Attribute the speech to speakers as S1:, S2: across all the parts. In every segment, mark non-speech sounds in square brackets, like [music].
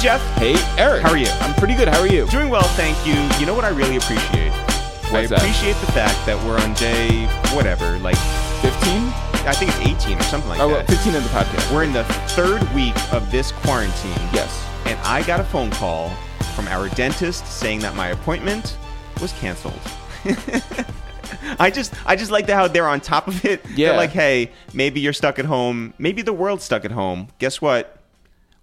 S1: Jeff.
S2: Hey, Eric.
S1: How are you?
S2: I'm pretty good. How are you?
S1: Doing well, thank you. You know what I really appreciate?
S2: What's
S1: I
S2: that?
S1: appreciate the fact that we're on day whatever, like
S2: 15?
S1: I think it's 18 or something like
S2: Oh, well,
S1: that.
S2: 15 of the podcast.
S1: We're in the third week of this quarantine.
S2: Yes.
S1: And I got a phone call from our dentist saying that my appointment was canceled. [laughs] I just I just like the how they're on top of it.
S2: Yeah.
S1: They're like, hey, maybe you're stuck at home. Maybe the world's stuck at home. Guess what?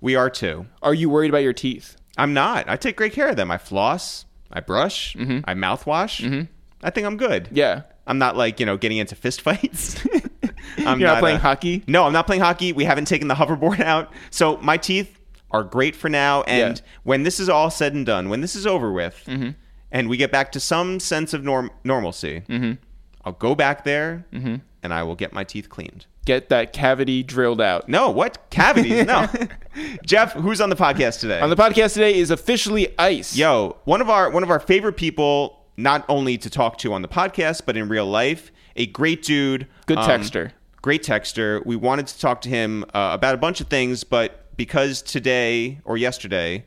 S1: We are too.
S2: Are you worried about your teeth?
S1: I'm not. I take great care of them. I floss, I brush, I mouthwash. I think I'm good.
S2: Mm-hmm. Yeah.
S1: I'm not like, you know, getting into fist
S2: [laughs]
S1: fights. [laughs] I'm
S2: You're not playing
S1: a-
S2: hockey?
S1: No, I'm not playing hockey. We haven't taken the [laughs] hoverboard out. So my teeth are great for now. And
S2: Yeah. Mm-hmm.
S1: when this is all said and done, when this is over with, and we get back to some sense of norm- normalcy,
S2: Mm-hmm.
S1: I'll go back there and I will get my teeth cleaned.
S2: Get that cavity drilled out.
S1: No, what? Cavities? No.
S2: [laughs]
S1: Jeff, who's on the podcast today?
S2: On the podcast today is officially Ice.
S1: Yo, one of our one of our favorite people, not only to talk to on the podcast, but in real life, a great dude, um,
S2: Good texter.
S1: great texter. We wanted to talk to him uh, about a bunch of things, but because today or yesterday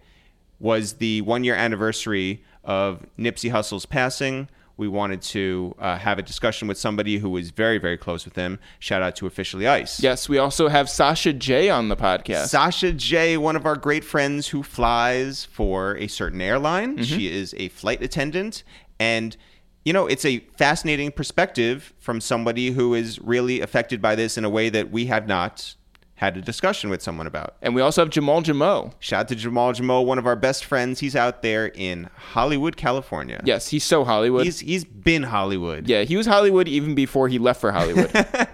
S1: was the one year anniversary of Nipsey Hussle's passing. We wanted to uh, have a discussion with somebody who was very, very close with him. Shout out to Officially Ice.
S2: Yes, we also have Sasha J on the podcast.
S1: Sasha J, one of our great friends who flies for a certain airline. She is a flight attendant. And, you know, it's a fascinating perspective from somebody who is really affected by this in a way that we have not had a discussion with someone about.
S2: and we also have Jamal Jamo.
S1: Shout out to Jamal Jamal, one of our best friends. He's out there in Hollywood, California.
S2: Yes, he's so Hollywood.
S1: He's, he's been Hollywood.
S2: yeah, he was Hollywood even before he left for Hollywood.
S1: [laughs]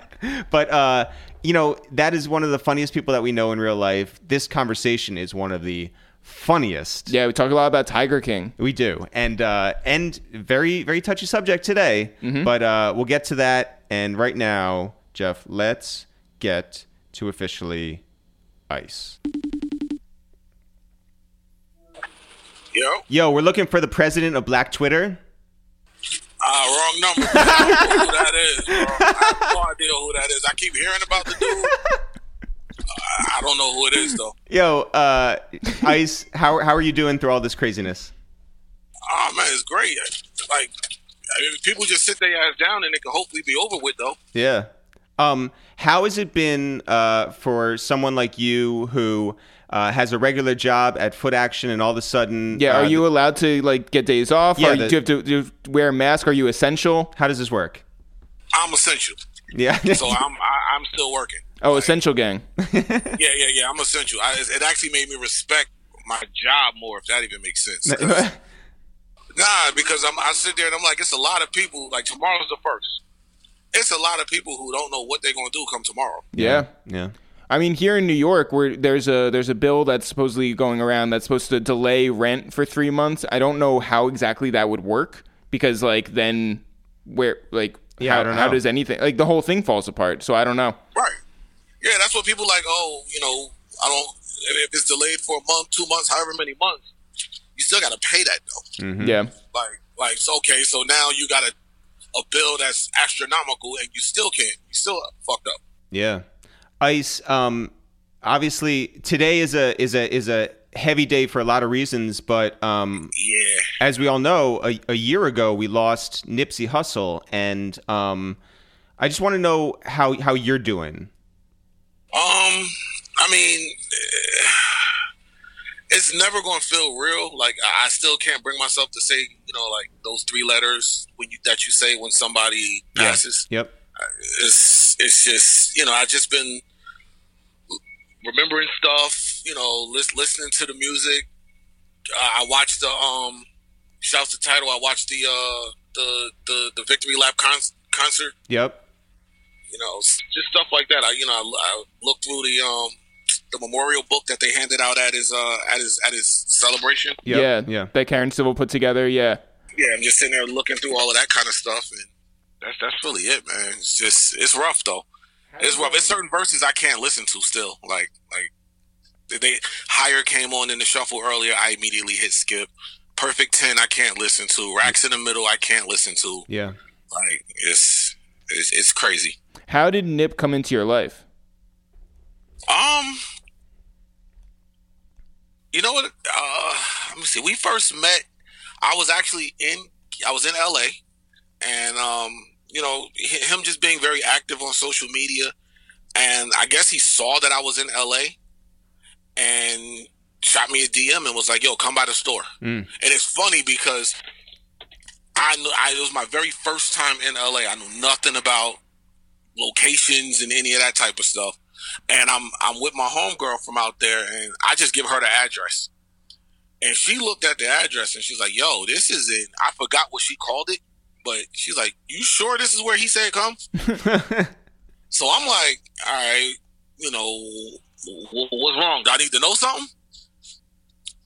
S1: But uh, you know, that is one of the funniest people that we know in real life. This conversation is one of the funniest.
S2: yeah, we talk a lot about Tiger King.
S1: We do, and uh, and very very touchy subject today,
S2: Mm-hmm.
S1: but uh, we'll get to that. And right now, Jeff, let's get to officially ice.
S3: Yo,
S1: Yo, we're looking for the president of Black Twitter.
S3: uh, wrong number. I don't know who that is? Bro. I have no idea who that is. I keep hearing about the dude. Uh, I don't know who it is though.
S1: Yo,
S2: [laughs]
S1: uh, ice, how how are you doing through all this craziness?
S3: Oh man, it's great. Like, I mean, people just sit their ass down and it can hopefully be over with though.
S1: Yeah. Um, how has it been uh, for someone like you who uh, has a regular job at Foot Action and all of a sudden?
S2: Yeah,
S1: uh,
S2: are you allowed to like get days off?
S1: Yeah,
S2: Are-
S1: the-
S2: do you have to do you have to wear a mask? Are you essential?
S1: How does this work?
S3: I'm essential,
S1: Yeah. [laughs]
S3: so I'm I, I'm still working.
S2: Oh, essential gang.
S3: Yeah, yeah, yeah. I'm essential. I, it actually made me respect my job more, if that even makes sense. 'Cause- Nah, because I'm, I sit there and I'm like, it's a lot of people. Like tomorrow's the first. It's a lot of people who don't know what they're gonna do come tomorrow.
S2: yeah.
S1: yeah.
S2: I mean, here in New York, where there's a there's a bill that's supposedly going around that's supposed to delay rent for three months. I don't know how exactly that would work because, like, then where like
S1: Yeah,
S2: how,
S1: I don't
S2: how
S1: know.
S2: does anything like the whole thing falls apart? So I don't know.
S3: Right. Yeah, that's what people like. Oh, you know, I don't. If it's delayed for a month, two months, however many months, you still got to pay that though.
S2: Yeah,
S3: Like, like so, okay, so now you got a a bill that's astronomical, and you still can't. You still fucked up.
S1: Yeah. Ice, um obviously today is a is a is a heavy day for a lot of reasons, but um
S3: Yeah.
S1: as we all know, a, a year ago we lost Nipsey Hussle and um I just want to know how how you're doing.
S3: Um, I mean, eh, it's never going to feel real. Like I I still can't bring myself to say, you know, like those three letters when you that you say when somebody passes.
S1: Yep.
S3: it's it's just you know I've just been remembering stuff, you know, lis- listening to the music. Uh, I watched the um, shouts the title. I watched the uh the the, the victory lap con- concert.
S1: Yep.
S3: You know, s- just stuff like that. I you know I, I looked through the um the memorial book that they handed out at his uh at his at his celebration.
S1: Yep.
S2: yeah, That Karen Civil put together. Yeah,
S3: Yeah, I'm just sitting there looking through all of that kind of stuff, and that's that's really it, man. It's just it's rough though. It's rough. It's certain verses I can't listen to still. Like like they- they higher came on in the shuffle earlier. I immediately hit skip. Perfect ten I can't listen to. Racks in the middle I can't listen to.
S1: Yeah.
S3: Like it's it's, it's crazy.
S2: how did Nip come into your life?
S3: Um, you know what? Uh, let me see. We first met. I was actually in. I was in LA, and um, you know hi- him just being very active on social media, and I guess he saw that I was in LA, and shot me a DM and was like, "Yo, come by the store."
S1: Mm.
S3: And it's funny because I knew I it was my very first time in LA. I knew nothing about locations and any of that type of stuff and I'm I'm with my homegirl from out there, and I just give her the address, and she looked at the address and she's like, "Yo, this is in." I forgot what she called it, but she's like, "You sure this is where he said come?" so I'm like, "All right, you know, wh- wh- what's wrong? Do I need to know something?"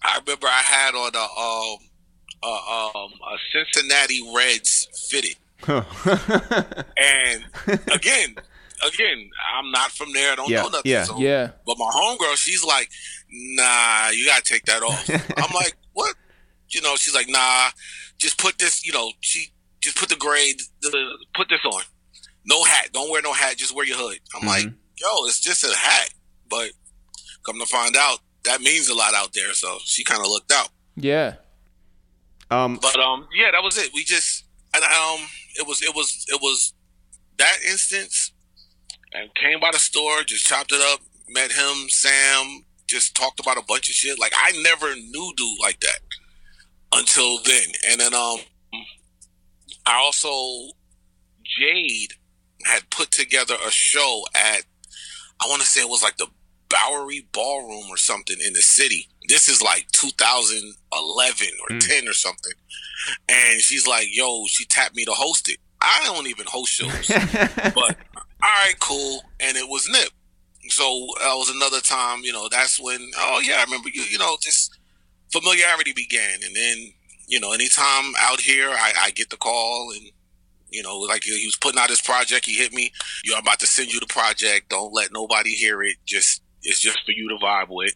S3: I remember I had on a um a, um a Cincinnati Reds fitted.
S1: [laughs]
S3: And again, again, I'm not from there. I don't
S1: Yeah,
S3: know nothing.
S1: yeah.
S3: so-
S2: Yeah.
S3: [laughs] but my homegirl, she's like, nah, you gotta take that off. I'm like, what? You know, she's like, nah, just put this. You know, she just put the grade, the, put this on. No hat. Don't wear no hat. Just wear your hood. I'm like, yo, it's just a hat. But come to find out, that means a lot out there. So she kind of looked out.
S2: Yeah.
S1: [laughs] um, [laughs]
S3: But um, yeah, that was it. We just and um, it was it was it was that instance, and came by the store, just chopped it up, met him, Sam, just talked about a bunch of shit. Like I never knew dude like that until then, and then um, I also Jade had put together a show at I want to say it was like the Bowery Ballroom or something in the city. This is like 2011 or
S1: Mm.
S3: 10 or something. And she's like, "Yo, she tapped me to host it. I don't even host shows." but all right, cool. And it was Nip. So that was another time, you know, that's when, oh yeah, I remember you, you know, just familiarity began. And then, you know, anytime out here, I, I get the call and, you know, like he was putting out his project, he hit me, yo, I'm about to send you the project. Don't let nobody hear it. Just, it's just for you to vibe with.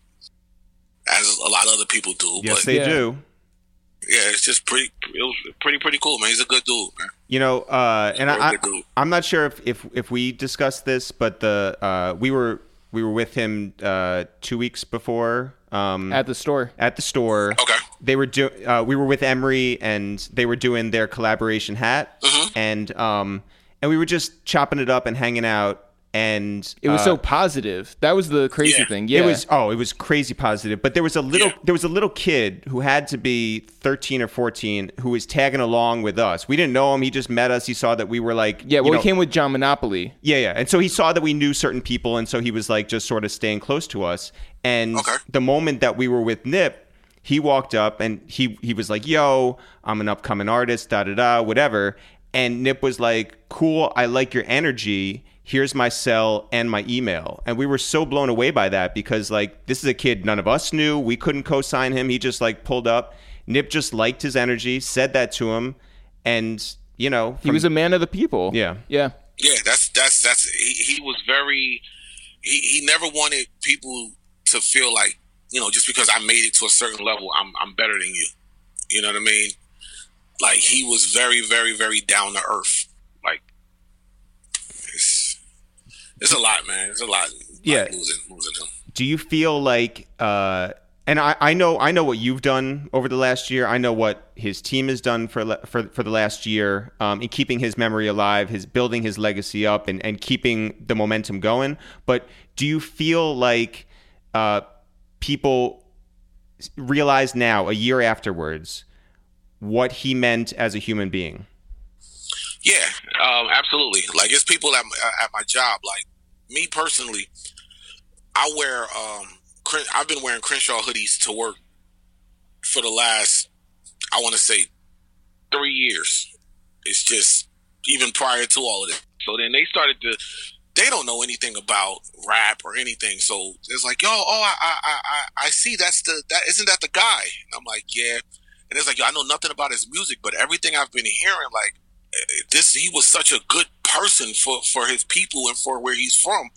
S3: As a lot of other people do,
S1: yes,
S3: but
S1: they
S2: Yeah.
S1: do.
S3: yeah, it's just pretty. It was pretty, pretty cool, man. He's a good dude, man.
S1: You know, uh, and
S3: Very
S1: I,
S3: good dude.
S1: I'm not sure if, if, if we discussed this, but the uh, we were we were with him uh, two weeks before um,
S2: At the store.
S1: at the store.
S3: Okay.
S1: They were do uh, we were with Emery and they were doing their collaboration hat
S3: Mhm.
S1: and um and we were just chopping it up and hanging out and
S2: It was
S1: uh,
S2: so positive. That was the crazy
S3: Yeah.
S2: thing. Yeah.
S1: It was oh, it was crazy positive. But there was a little
S3: Yeah.
S1: there was a little kid who had to be 13 or 14 who was tagging along with us. We didn't know him. He just met us. He saw that we were like
S2: Yeah,
S1: you
S2: well, we
S1: know-
S2: came with John Monopoly.
S1: Yeah, yeah. And so he saw that we knew certain people and so he was like just sort of staying close to us. And
S3: Okay.
S1: the moment that we were with Nip, he walked up and he he was like, "Yo, I'm an upcoming artist, da da da, whatever." And Nip was like, "Cool, I like your energy. Here's my cell and my email." And we were so blown away by that because like this is a kid none of us knew. We couldn't co-sign him. He just like pulled up. Nip just liked his energy, said that to him, and you know,
S2: He was a man of the people.
S1: yeah.
S2: Yeah.
S3: Yeah, that's that's that's he, he was very he, he never wanted people to feel like, you know, just because I made it to a certain level, I'm I'm better than you. You know what I mean? Like he was very, very, very down to earth. Like it's it's a lot, man. It's a lot.
S1: Yeah.
S3: Like, losing losing him.
S1: do you feel like uh and I, I know I know what you've done over the last year. I know what his team has done for le- for, for the last year um, in keeping his memory alive, his building his legacy up, and, and keeping the momentum going. But do you feel like uh, people s- realize now, a year afterwards, what he meant as a human being?
S3: Yeah, um, absolutely. Like it's people at my, at my job. Like me personally, I wear um, Cren- I've been wearing Crenshaw hoodies to work for the last I want to say three years. It's just even prior to all of this. So then they started to. They don't know anything about rap or anything, so it's like, yo, oh, I, I, I, I- I see. That's the that isn't that the guy? And I'm like, yeah. And it's like, yo, I know nothing about his music, but everything I've been hearing, like this he was such a good person for for his people and for where he's from.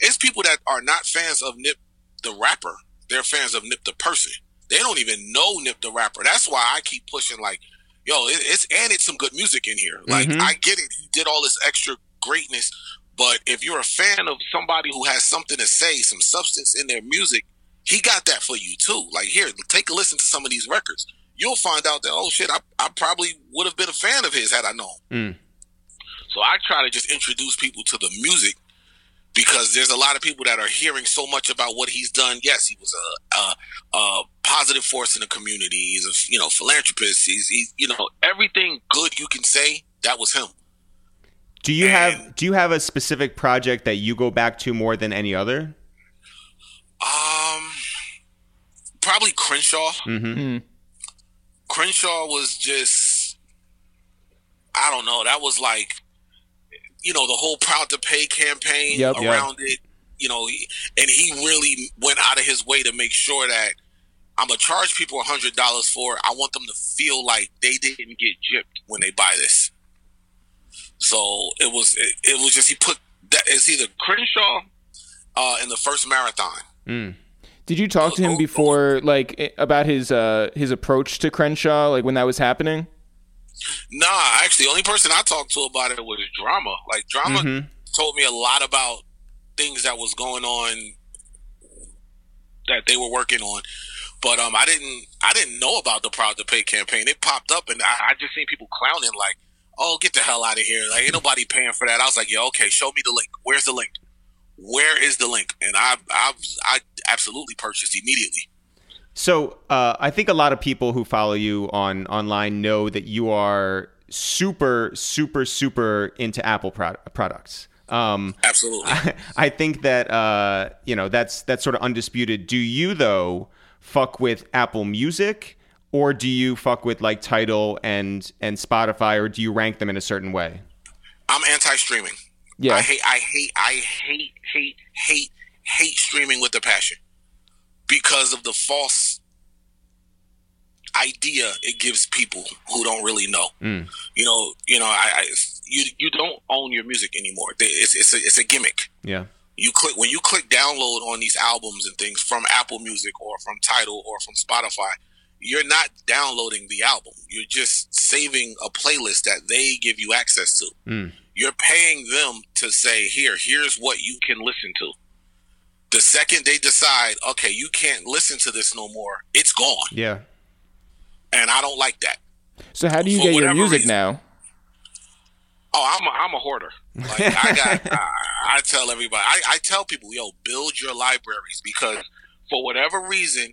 S3: It's people that are not fans of Nip the rapper. They're fans of Nip the person. They don't even know Nip the rapper. That's why I keep pushing like, yo, it, it's and it's some good music in here. Like
S1: Mhm.
S3: I get it. He did all this extra greatness, but if you're a fan of somebody who has something to say, some substance in their music, he got that for you too. Like here, take a listen to some of these records. You'll find out that oh shit, I, I probably would have been a fan of his had I known.
S1: Mm.
S3: So I try to just introduce people to the music because there's a lot of people that are hearing so much about what he's done. Yes, he was a, a, a positive force in the community. He's a you know philanthropist. He's, he's you know everything good you can say that was him.
S1: Do you have Do you have a specific project that you go back to more than any other?
S3: Um, probably Crenshaw.
S2: Hmm.
S1: Mm-hmm.
S2: Mm.
S3: Crenshaw was just I don't know, that was like you know, the whole Proud to Pay campaign
S2: Yep, yep.
S3: around it, you know, he- and he really went out of his way to make sure that I'm gonna charge people hundred dollars for it. I want them to feel like they didn't get gypped when they buy this. So it was it, it was just he put that it's either Crenshaw uh in the first marathon.
S2: Did you talk to
S3: Oh.
S2: him before, like i- about his uh his approach to Crenshaw, like when that was happening?
S3: Nah, actually, the only person I talked to about it was Drama. Like Drama
S2: Mm-hmm.
S1: Mm-hmm.
S3: told me a lot about things that was going on that they were working on, but um, I didn't I didn't know about the Proud to Pay campaign. It popped up, and I, I just seen people clowning like, "Oh, get the hell out of here! Like ain't nobody paying for that." I was like, "Yeah, okay, show me the link. Where's the link? Where is the link?" And I I I absolutely purchased immediately.
S1: So uh, I think a lot of people who follow you on online know that you are super, super, super into Apple prod- products. Um, [laughs]
S3: Absolutely.
S1: I think that uh, you know that's that's sort of undisputed. Do you though fuck with Apple Music, or do you fuck with like Tidal and and Spotify, or do you rank them in a certain way?
S3: I'm anti-streaming.
S2: Yeah.
S3: I hate, I hate, I hate, hate, hate, hate streaming with a passion because of the false idea it gives people who don't really know. You know, you know, I, I you you don't own your music anymore. It's it's a, it's a gimmick
S1: Yeah.
S3: you click when you click download on these albums and things from Apple Music or from Tidal or from Spotify, you're not downloading the album. You're just saving a playlist that they give you access to.
S1: Mm.
S3: You're paying them to say, "Here, here's what you can listen to." The second they decide, "Okay, you can't listen to this no more," it's gone,
S1: Yeah.
S3: and I don't like that.
S2: So how do you
S3: For
S2: get your
S3: whatever
S2: music
S3: reason.
S2: now?
S3: Oh, I'm a, I'm a hoarder. Like I got, I, I tell everybody, I, I tell people, yo, build your libraries because for whatever reason,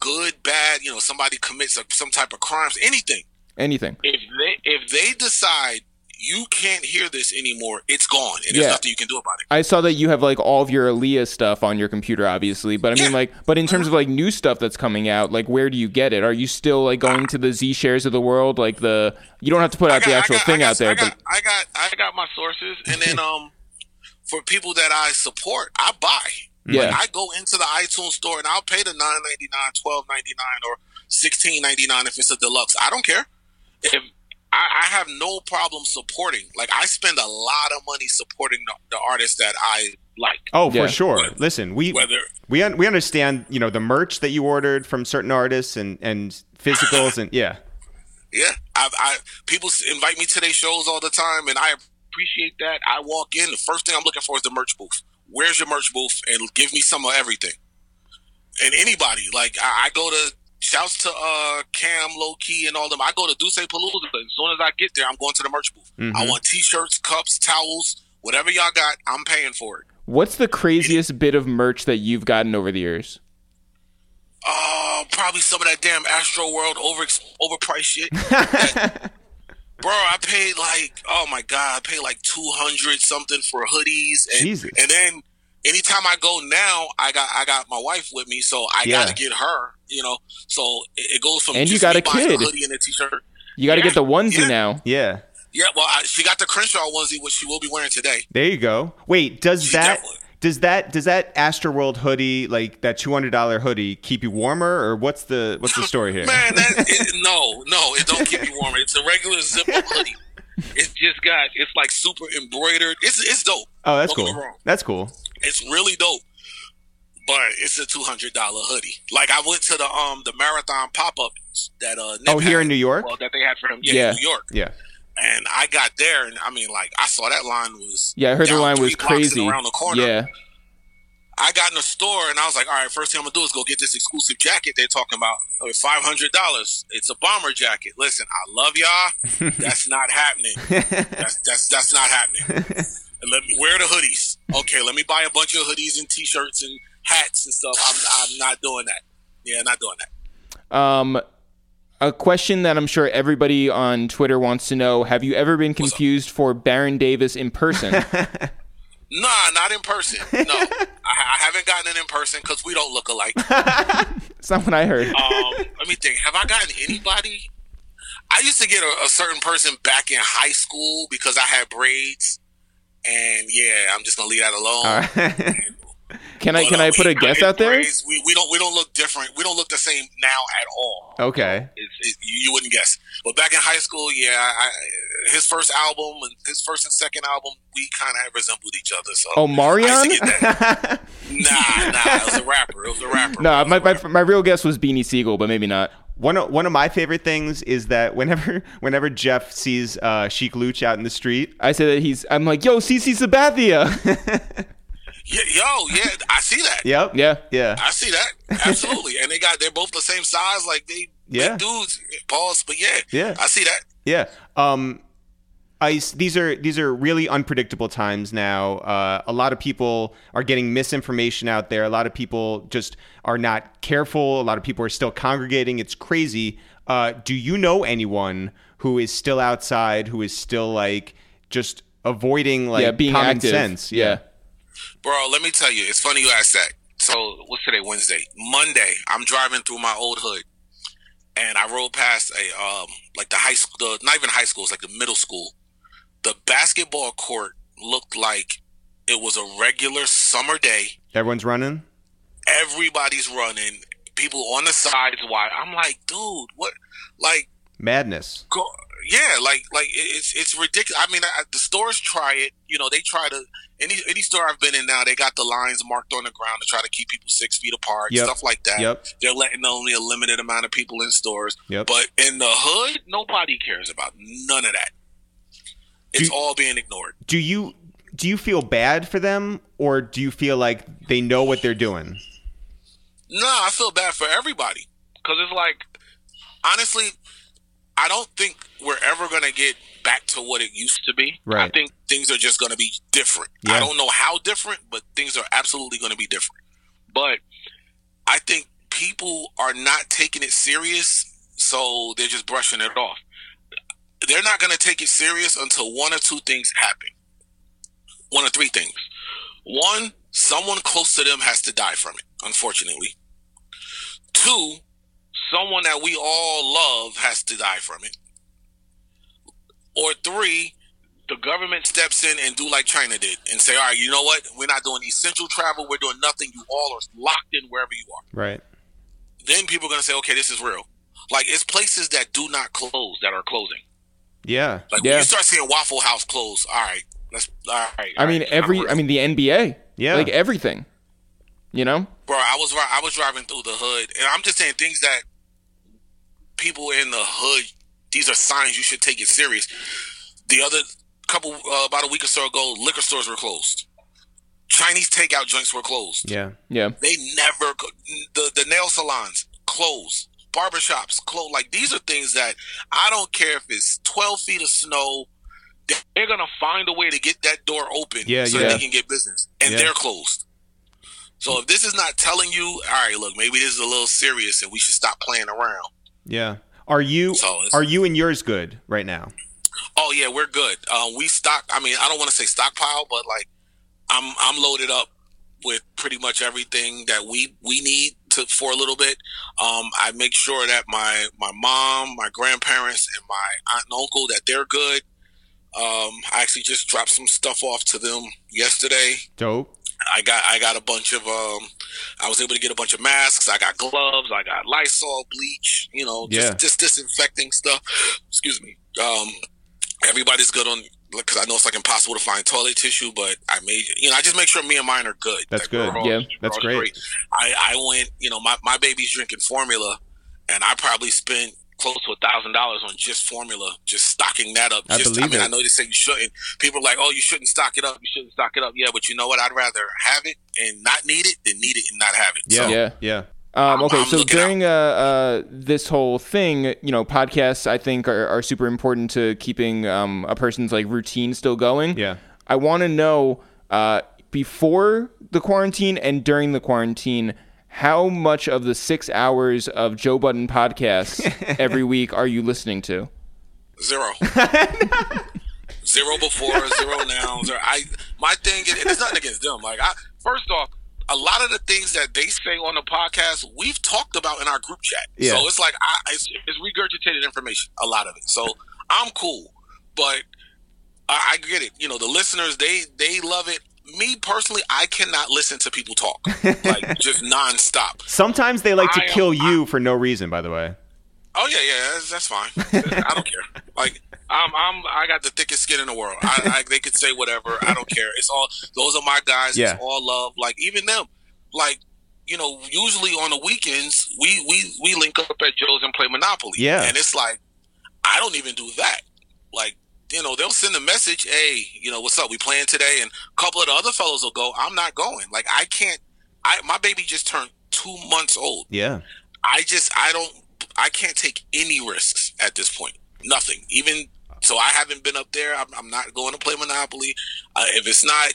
S3: good, bad, you know, somebody commits a, some type of crimes, anything.
S2: Anything?
S3: If they if they decide you can't hear this anymore, it's gone, and there's
S2: Yeah.
S3: nothing you can do about it.
S2: I saw that you have like all of your Aaliyah stuff on your computer, obviously. But I mean,
S3: Yeah. Uh-huh.
S2: like, but in terms of like new stuff that's coming out, like, where do you get it? Are you still like going to the Z shares of the world? Like the you don't have to put out the actual thing out there,
S3: I got,
S2: but
S3: I got I got my sources,
S2: [laughs]
S3: and then um, for people that I support, I buy.
S2: Yeah.
S3: Like, I go into the iTunes store and I'll pay the nine ninety nine, twelve ninety nine, or sixteen ninety nine if it's a deluxe. I don't care. If I, I have no problem supporting, like I spend a lot of money supporting the, the artists that I like.
S1: Oh, for
S2: Yeah.
S1: sure. Listen, we
S3: Whether
S1: we un- we understand you know the merch that you ordered from certain artists and and physicals and yeah.
S3: yeah, I, I people s- invite me to their shows all the time, and I appreciate that. I walk in, the first thing I'm looking for is the merch booth. Where's your merch booth? And give me some of everything. And anybody, like I, I go to shouts to uh Cam, Low Key, and all them. I go to Duce Palooza. As soon as I get there, I'm going to the merch booth. I want t-shirts, cups, towels, whatever y'all got. I'm paying for it.
S2: what's the craziest bit of merch that you've gotten over the years?
S3: Oh, probably some of that damn Astro World over
S2: [laughs]
S3: overpriced shit. That- bro, I paid like oh my god, I paid like two hundred something for hoodies, and
S1: Jesus.
S3: and then anytime I go now, I got I got my wife with me, so I
S1: Yeah.
S3: gotta get her. You know, so it, it goes from
S2: And you
S3: just
S2: got
S3: me
S2: a
S3: buying
S2: kid.
S3: a hoodie and a t-shirt.
S2: You got to
S3: Yeah.
S2: get the onesie
S3: Yeah.
S2: now.
S1: Yeah.
S3: Yeah, well, I, she got the Crenshaw onesie, which she will be wearing today.
S1: There you go. Wait, does
S3: She
S1: that
S3: definitely-
S1: does that does that Astroworld hoodie like that two hundred dollar hoodie keep you warmer or what's the what's
S3: [laughs]
S1: the story here?
S2: [laughs]
S3: Man, that it, no, no, it don't keep you warm. It's a regular zip up
S2: [laughs]
S3: hoodie. It's just got it's like super embroidered. It's it's dope.
S1: Oh, that's
S3: Don't get me
S1: cool.
S3: wrong.
S1: That's cool.
S3: It's really dope. But it's a two hundred dollar hoodie. Like I went to the um the marathon pop up that uh Nip
S1: Oh, here
S3: had.
S1: in New York.
S3: well, that they had for him yeah,
S2: Yeah.
S3: in New York.
S1: Yeah.
S3: And I got there and I mean like I saw that line was
S2: Yeah, I heard the
S3: down
S2: line
S3: three
S2: was
S3: blocks and
S2: crazy.
S3: around the corner.
S2: Yeah,
S3: I got in the store and I was like, all right, first thing I'm gonna do is go get this exclusive jacket they're talking about. Five hundred dollars. It's a bomber jacket. Listen, I love y'all. That's not happening. That's that's that's not happening. And let me wear the hoodies. Okay, let me buy a bunch of hoodies and t-shirts and hats and stuff. I'm I'm not doing that. Yeah, not doing that.
S2: Um, a question that I'm sure everybody on Twitter wants to know: Have you ever been confused for Baron Davis
S1: [laughs]
S2: in person?
S3: Nah, not in person. No, I, I haven't gotten it in person because we don't look alike.
S2: it's not what I heard.
S3: um, let me think. Have I gotten anybody? I used to get a, a certain person back in high school because I had braids, and yeah, I'm just gonna leave that alone.
S1: All right. [laughs]
S2: Can I
S3: But,
S2: can
S3: uh,
S2: I put
S3: we-
S2: a guess
S3: I-
S2: out there?
S3: braids, We, we don't we don't look different. We don't look the same now at all.
S1: okay.
S3: It's, it, you you wouldn't guess. But back in high school, yeah, I, I- his first album and his first and second album, we kind of resembled each other. So
S2: Oh,
S3: I
S2: Marion?
S3: used to
S2: [laughs]
S3: get that. nah, nah, it was a rapper. It was a rapper.
S2: No, my, my my real guess was Beanie Siegel, but maybe not.
S1: One of, one of my favorite things is that whenever [laughs] whenever Jeff sees uh, Sheik Luch out in the street,
S2: I say that he's. I'm like, yo,
S1: [laughs]
S2: CC Sabathia.
S3: Yeah, yo, yeah, I see that.
S1: yep,
S2: yeah.
S1: yeah,
S3: I see that absolutely, and they got they're both the same size, like they
S1: Yeah.
S3: big dudes. Pause, but yeah,
S1: Yeah.
S3: I see that.
S1: yeah. Um, Ice. These are these are really unpredictable times now. Uh, a lot of people are getting misinformation out there. A lot of people just are not careful. A lot of people are still congregating. It's crazy. Uh, do you know anyone who is still outside? Who is still like just avoiding like
S2: yeah, being
S1: common
S2: active.
S1: sense?
S2: Yeah.
S3: Bro, let me tell you, it's funny you asked that. So, what's today? Wednesday, Monday. I'm driving through my old hood, and I rode past a um, like the high school, the, not even high school, it's like the middle school. The basketball court looked like it was a regular summer day.
S1: Everyone's running.
S3: Everybody's running, people on the sides. Why? I'm like, dude, what? Like,
S1: Madness.
S3: go, yeah, like like it- it's it's ridiculous. I mean, I, the stores try it. You know, they try to any any store I've been in now, they got the lines marked on the ground to try to keep people six feet apart,
S1: Yep.
S3: stuff like that.
S1: Yep.
S3: They're letting only a limited amount of people in stores,
S1: Yep.
S3: but in the hood, nobody cares about none of that. It's
S1: Do-
S3: all being ignored.
S1: do you do you feel bad for them or do you feel like they know what they're doing
S3: No, I feel bad for everybody because it's like, honestly, I don't think we're ever gonna get back to what it used to be. I
S1: Right.
S3: think things are just gonna be different.
S1: Yeah.
S3: I don't know how different, but things are absolutely gonna be different. But I think people are not taking it serious, so they're just brushing it off. They're not gonna take it serious until one or two things happen. One or three things. One, someone close to them has to die from it, unfortunately. Two, someone that we all love has to die from it. Or three, the government steps in and do like China did and say, all right, you know what? We're not doing essential travel. We're doing nothing. You all are locked in wherever you are.
S1: right
S3: Then people are going to say, okay, this is real. Like, it's places that do not close that are closing.
S1: yeah
S3: Like,
S2: Yeah.
S3: when you start seeing Waffle House close, all right, let's, all right.
S2: I mean, every. I mean, the NBA.
S1: Yeah.
S2: Like everything. You know.
S3: bro, I was ri- I was driving through the hood, and I'm just saying things that people in the hood. These are signs you should take it serious. The other couple uh, about a week or so ago, liquor stores were closed. Chinese takeout joints were closed.
S1: yeah
S2: Yeah.
S3: They never co- the the nail salons closed. Barbershops closed. Like these are things that I don't care if it's twelve feet of snow. They're gonna find a way to get that door open
S1: Yeah,
S3: so
S1: yeah.
S3: they can get business, and
S1: Yeah.
S3: they're closed. So if this is not telling you, all right, look, maybe this is a little serious, and we should stop playing around.
S1: yeah are you
S3: So it's-
S1: are you and yours good right now
S3: Oh yeah, we're good. Um, we stock. I mean, I don't want to say stockpile, but like, I'm I'm loaded up with pretty much everything that we we need to for a little bit. Um, I make sure that my my mom, my grandparents, and my aunt and uncle that they're good. Um, I actually just dropped some stuff off to them yesterday.
S1: dope
S3: I got I got a bunch of um, I was able to get a bunch of masks. I got gloves. I got Lysol bleach. You know, just
S1: Yeah.
S3: just disinfecting stuff. Excuse me. Um, everybody's good on because I know it's like impossible to find toilet tissue, but I made you know I just make sure me and mine are good.
S1: That's
S3: Like, we're
S1: good.
S3: all-
S2: Yeah,
S3: we're
S1: that's
S3: all
S1: great.
S3: I I went you know my my baby's drinking formula, and I probably spent close to a thousand dollars on just formula, just stocking that up.
S1: I
S3: just,
S1: believe
S3: I mean,
S1: it.
S3: I know they say you shouldn't. People are like, oh, you shouldn't stock it up. You shouldn't stock it up. Yeah, but you know what? I'd rather have it and not need it than need it and not have it.
S1: Yeah.
S3: So,
S1: Yeah.
S2: Yeah.
S1: Yeah.
S2: Um,
S3: I'm-
S2: okay,
S3: I'm
S2: so
S3: looking out.
S2: during uh, uh, this whole thing, you know, podcasts I think are, are super important to keeping um, a person's like routine still going.
S1: Yeah.
S2: I want to know uh, before the quarantine and during the quarantine, how much of the six hours of Joe Budden
S1: [laughs]
S2: podcasts every week are you listening to?
S3: Zero. zero before, zero now. Zero. I my thing, is- and it's nothing against them. Like, I first off, a lot of the things that they say on the podcast, we've talked about in our group chat.
S1: Yeah.
S3: So it's like I, it's, it's regurgitated information, a lot of it. So I'm cool, but I, I get it. You know, the listeners, they they love it. Me personally, I cannot listen to people talk like just nonstop.
S1: Sometimes they like to
S3: I am-
S1: kill you for no reason, by the way.
S3: Oh yeah, yeah, that's,
S1: [laughs]
S3: that's fine. I don't care. Like I'm, I'm, I got the thickest skin in the world. I, I, they could say whatever. I don't care. It's all those are my guys.
S1: Yeah.
S3: It's all love. Like even them, like you know, usually on the weekends we we we link up at Joe's and play Monopoly.
S1: Yeah.
S3: and it's like I don't even do that. Like you know, they'll send a message. Hey, you know, what's up? We playing today, and a couple of the other fellows will go. I'm not going. Like I can't. I my baby just turned two months old.
S1: Yeah.
S3: I just I don't I can't take any risks at this point. Nothing. Even so, I haven't been up there. I'm, I'm not going to play Monopoly. Uh, if it's not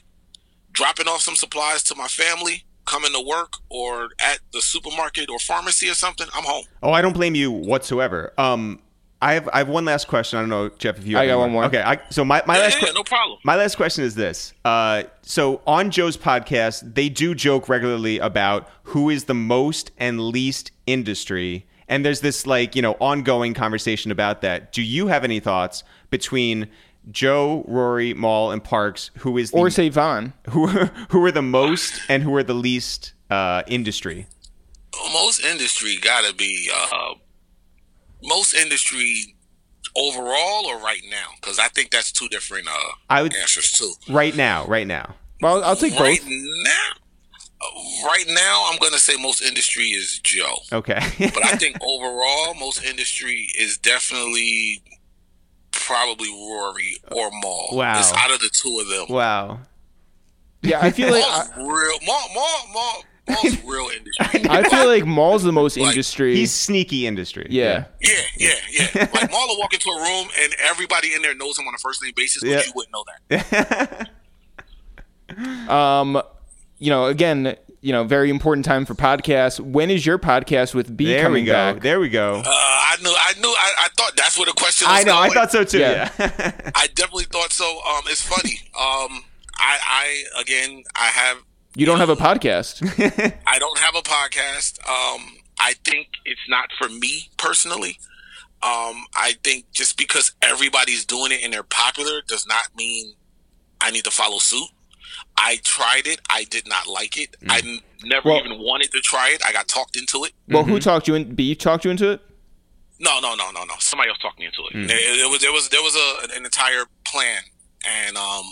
S3: dropping off some supplies to my family, coming to work or at the supermarket or pharmacy or something, I'm home.
S1: Oh, I don't blame you whatsoever. Um, I have I have one last question. I don't know, Jeff, if you.
S2: I
S1: have
S2: got
S1: any
S2: one more.
S1: Okay. I, so my my
S3: Yeah,
S1: last
S3: yeah,
S1: que-
S3: no problem.
S1: my last question is this. Uh, so on Joe's podcast, they do joke regularly about who is the most and least industry, and there's this like you know ongoing conversation about that. Do you have any thoughts between? Joe, Rory, Maul, and Parks, who is the,
S2: Or say Vaughn?
S1: [laughs] who who are the most and who are the least uh, industry?
S3: Most industry gotta be uh, most industry overall or right now because I think that's two different uh,
S1: I would
S3: answers too.
S1: right now, right now.
S2: Well, I'll take
S3: right
S2: both.
S3: now, uh, right now, I'm gonna say most industry is Joe,
S1: Okay. [laughs]
S3: but I think overall, most industry is definitely probably Rory or Maul.
S1: Wow.
S3: it's out of the two of them.
S1: wow.
S2: Yeah, I feel like I,
S3: Maul's real, Maul, Maul, Maul,
S1: [laughs]
S3: Maul's real industry.
S2: I feel
S3: [laughs]
S2: like Maul's the most industry.
S1: He's sneaky industry.
S2: yeah.
S3: Yeah, yeah,
S1: [laughs]
S3: yeah. Like Maul will walk into a room and everybody in there knows him on a first name basis, but
S1: Yeah.
S3: you wouldn't know that.
S2: Um, you know, again, you know, very important time for podcasts. When is your podcast with B
S1: There
S2: coming
S1: we go.
S2: back?
S1: There we go.
S3: Uh, I knew, I knew, I, I thought that's where the question. Was
S1: I know. I
S3: going.
S1: thought so too. Yeah. [laughs]
S2: Yeah.
S3: I definitely thought so. Um, it's funny. Um, I, I again, I have,
S2: You don't have
S1: [laughs]
S2: a
S1: Mm-hmm.
S2: podcast.
S3: I don't have a podcast. Um, I think it's not for me personally. Um, I think just because everybody's doing it and they're popular does not mean I need to follow suit. I tried it. I did not like it. I n- never
S2: Well-
S3: even wanted to try it. I got talked into it.
S2: well, who talked you in? B talked you into it.
S3: No, no, no, no, no. Somebody else talked me into it. There, there was there was there was a, an entire plan, and um,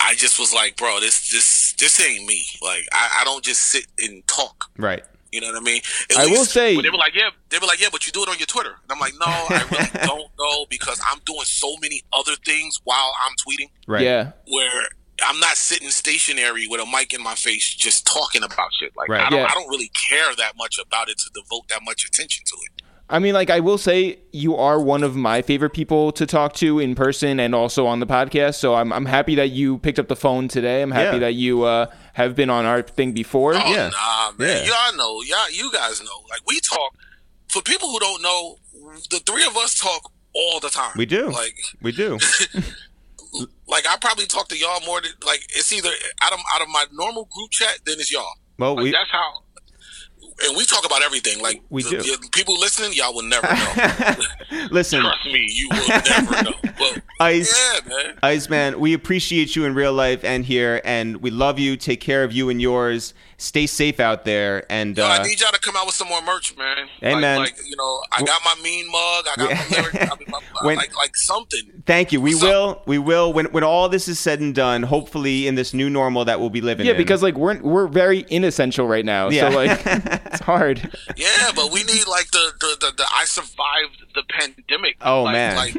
S3: I just was like, bro, this this this ain't me. Like, I, I don't just sit and talk.
S1: right.
S3: You know what I mean? At
S2: I will say-
S3: when they were like, yeah, they were like, yeah, but you do it on your Twitter, and I'm like, no, I
S1: [laughs]
S3: really don't know because I'm doing so many other things while I'm tweeting
S1: Right.
S2: Yeah.
S3: where. I'm not sitting stationary with a mic in my face just talking about shit. Like
S1: Right.
S3: I, don't,
S2: Yeah.
S3: I don't really care that much about it to devote that much attention to it.
S2: I mean, like, I will say you are one of my favorite people to talk to in person and also on the podcast. So I'm, I'm happy that you picked up the phone today. I'm happy
S1: Yeah.
S2: that you uh, have been on our thing before.
S3: Oh,
S1: Yeah.
S3: nah, man.
S1: Yeah.
S3: Y'all know. Y'all, you guys know. Like, we talk. For people who don't know, the three of us talk all the time.
S1: We do.
S3: Like,
S1: We do.
S3: like I probably talk to y'all more than like it's either out of out of my normal group chat than it's y'all.
S1: Well,
S3: Like,
S1: we
S3: that's how. And we talk about everything. Like
S1: We
S3: the-
S1: do. [laughs]
S3: the people listening, y'all will never know.
S1: listen. [laughs]
S3: Trust me, you will never know. But
S1: Ice,
S3: Yeah, man.
S1: Iceman, we appreciate you in real life and here, and we love you. Take care of you and yours. Stay safe out there. And
S3: Yo, I
S1: uh,
S3: need y'all to come out with some more merch, man.
S1: Hey,
S3: like,
S1: man.
S3: Like, you know, I got my mean mug. I got my lyrics. I
S1: [laughs]
S3: mean, my,
S1: When-
S3: like, like something.
S1: thank you. We
S3: What's up?
S1: will. We will. When when all this is said and done, hopefully in this new normal that we'll be living
S2: Yeah,
S1: in.
S2: because like we're we're very inessential right now.
S1: Yeah. [laughs]
S2: So like it's hard.
S3: Yeah, but we need like the the, the, the I survived the pandemic.
S1: Oh,
S3: like,
S1: man.
S3: like,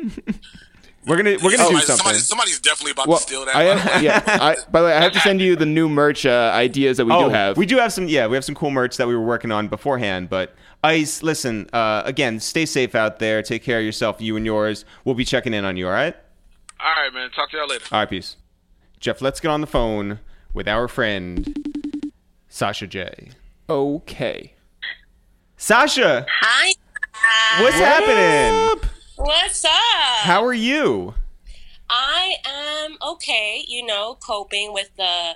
S1: we're gonna we're gonna do
S3: somebody-
S1: something.
S3: Somebody, somebody's definitely about
S2: Well,
S3: to steal
S2: I
S3: that. by the
S2: have,
S3: way.
S2: yeah.
S3: [laughs]
S2: I, by the way, I have to send you the new merch uh, ideas that we do have.
S1: Oh, We do have some. Yeah, we have some cool merch that we were working on beforehand. But Ice, listen. Uh, again, stay safe out there. Take care of yourself, you and yours. We'll be checking in on you. All right.
S3: All right, man. Talk to y'all later.
S1: All right, peace. Jeff, let's get on the phone with our friend Sasha J.
S2: okay.
S1: Sasha,
S4: Hi.
S1: what's happening?
S4: What's up?
S1: How are you?
S4: I am okay, you know, coping with the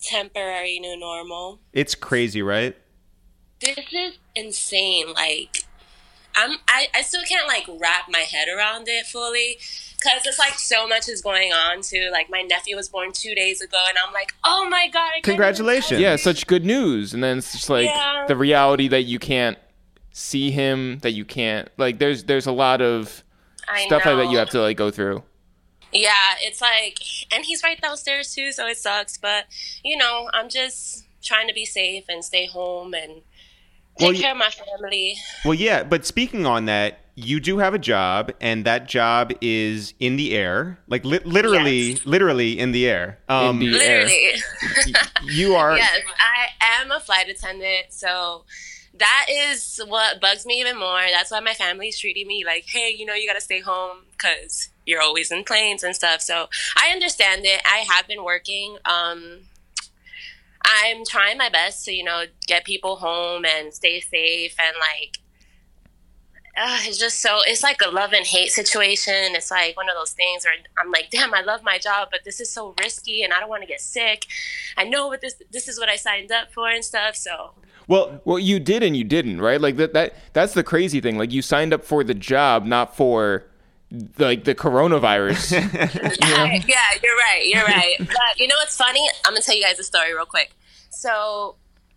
S4: temporary new normal.
S1: It's crazy, right?
S4: This is insane. Like, I'm, I, I still can't, like, wrap my head around it fully because it's like so much is going on, too. Like, my nephew was born two days ago, and I'm like, oh my God. I can't even tell
S1: Congratulations.
S4: you.
S2: Yeah, such good news, and then it's just like
S4: Yeah.
S2: the reality that you can't see him, that you can't like. There's there's a lot of
S4: I
S2: stuff like that you
S4: know.
S2: have to like go through.
S4: Yeah, it's like, and he's right downstairs too, so it sucks. But you know, I'm just trying to be safe and stay home and take
S1: Well, you-
S4: care of my family.
S1: Well, yeah, but speaking on that, you do have a job, and that job is in the air, like li- literally, literally in the air. Um,
S2: Indeed. the air.
S4: Literally,
S1: you are.
S4: yes, I am a flight attendant, so that is what bugs me even more. That's why my family's treating me like, hey, you know, you gotta stay home because you're always in planes and stuff. So I understand it. I have been working. Um, I'm trying my best to, you know, get people home and stay safe and like. Uh, it's just so it's like a love and hate situation. It's like one of those things where I'm like, damn, I love my job, but this is so risky, and I don't want to get sick. I know what this this is what I signed up for and stuff. So
S1: Well,
S2: Well, you did and you didn't, right? Like that that that's the crazy thing. Like you signed up for the job, not for like the coronavirus.
S4: [laughs] yeah, yeah, you're right. You're right. but you know what's funny? I'm gonna tell you guys a story real quick. So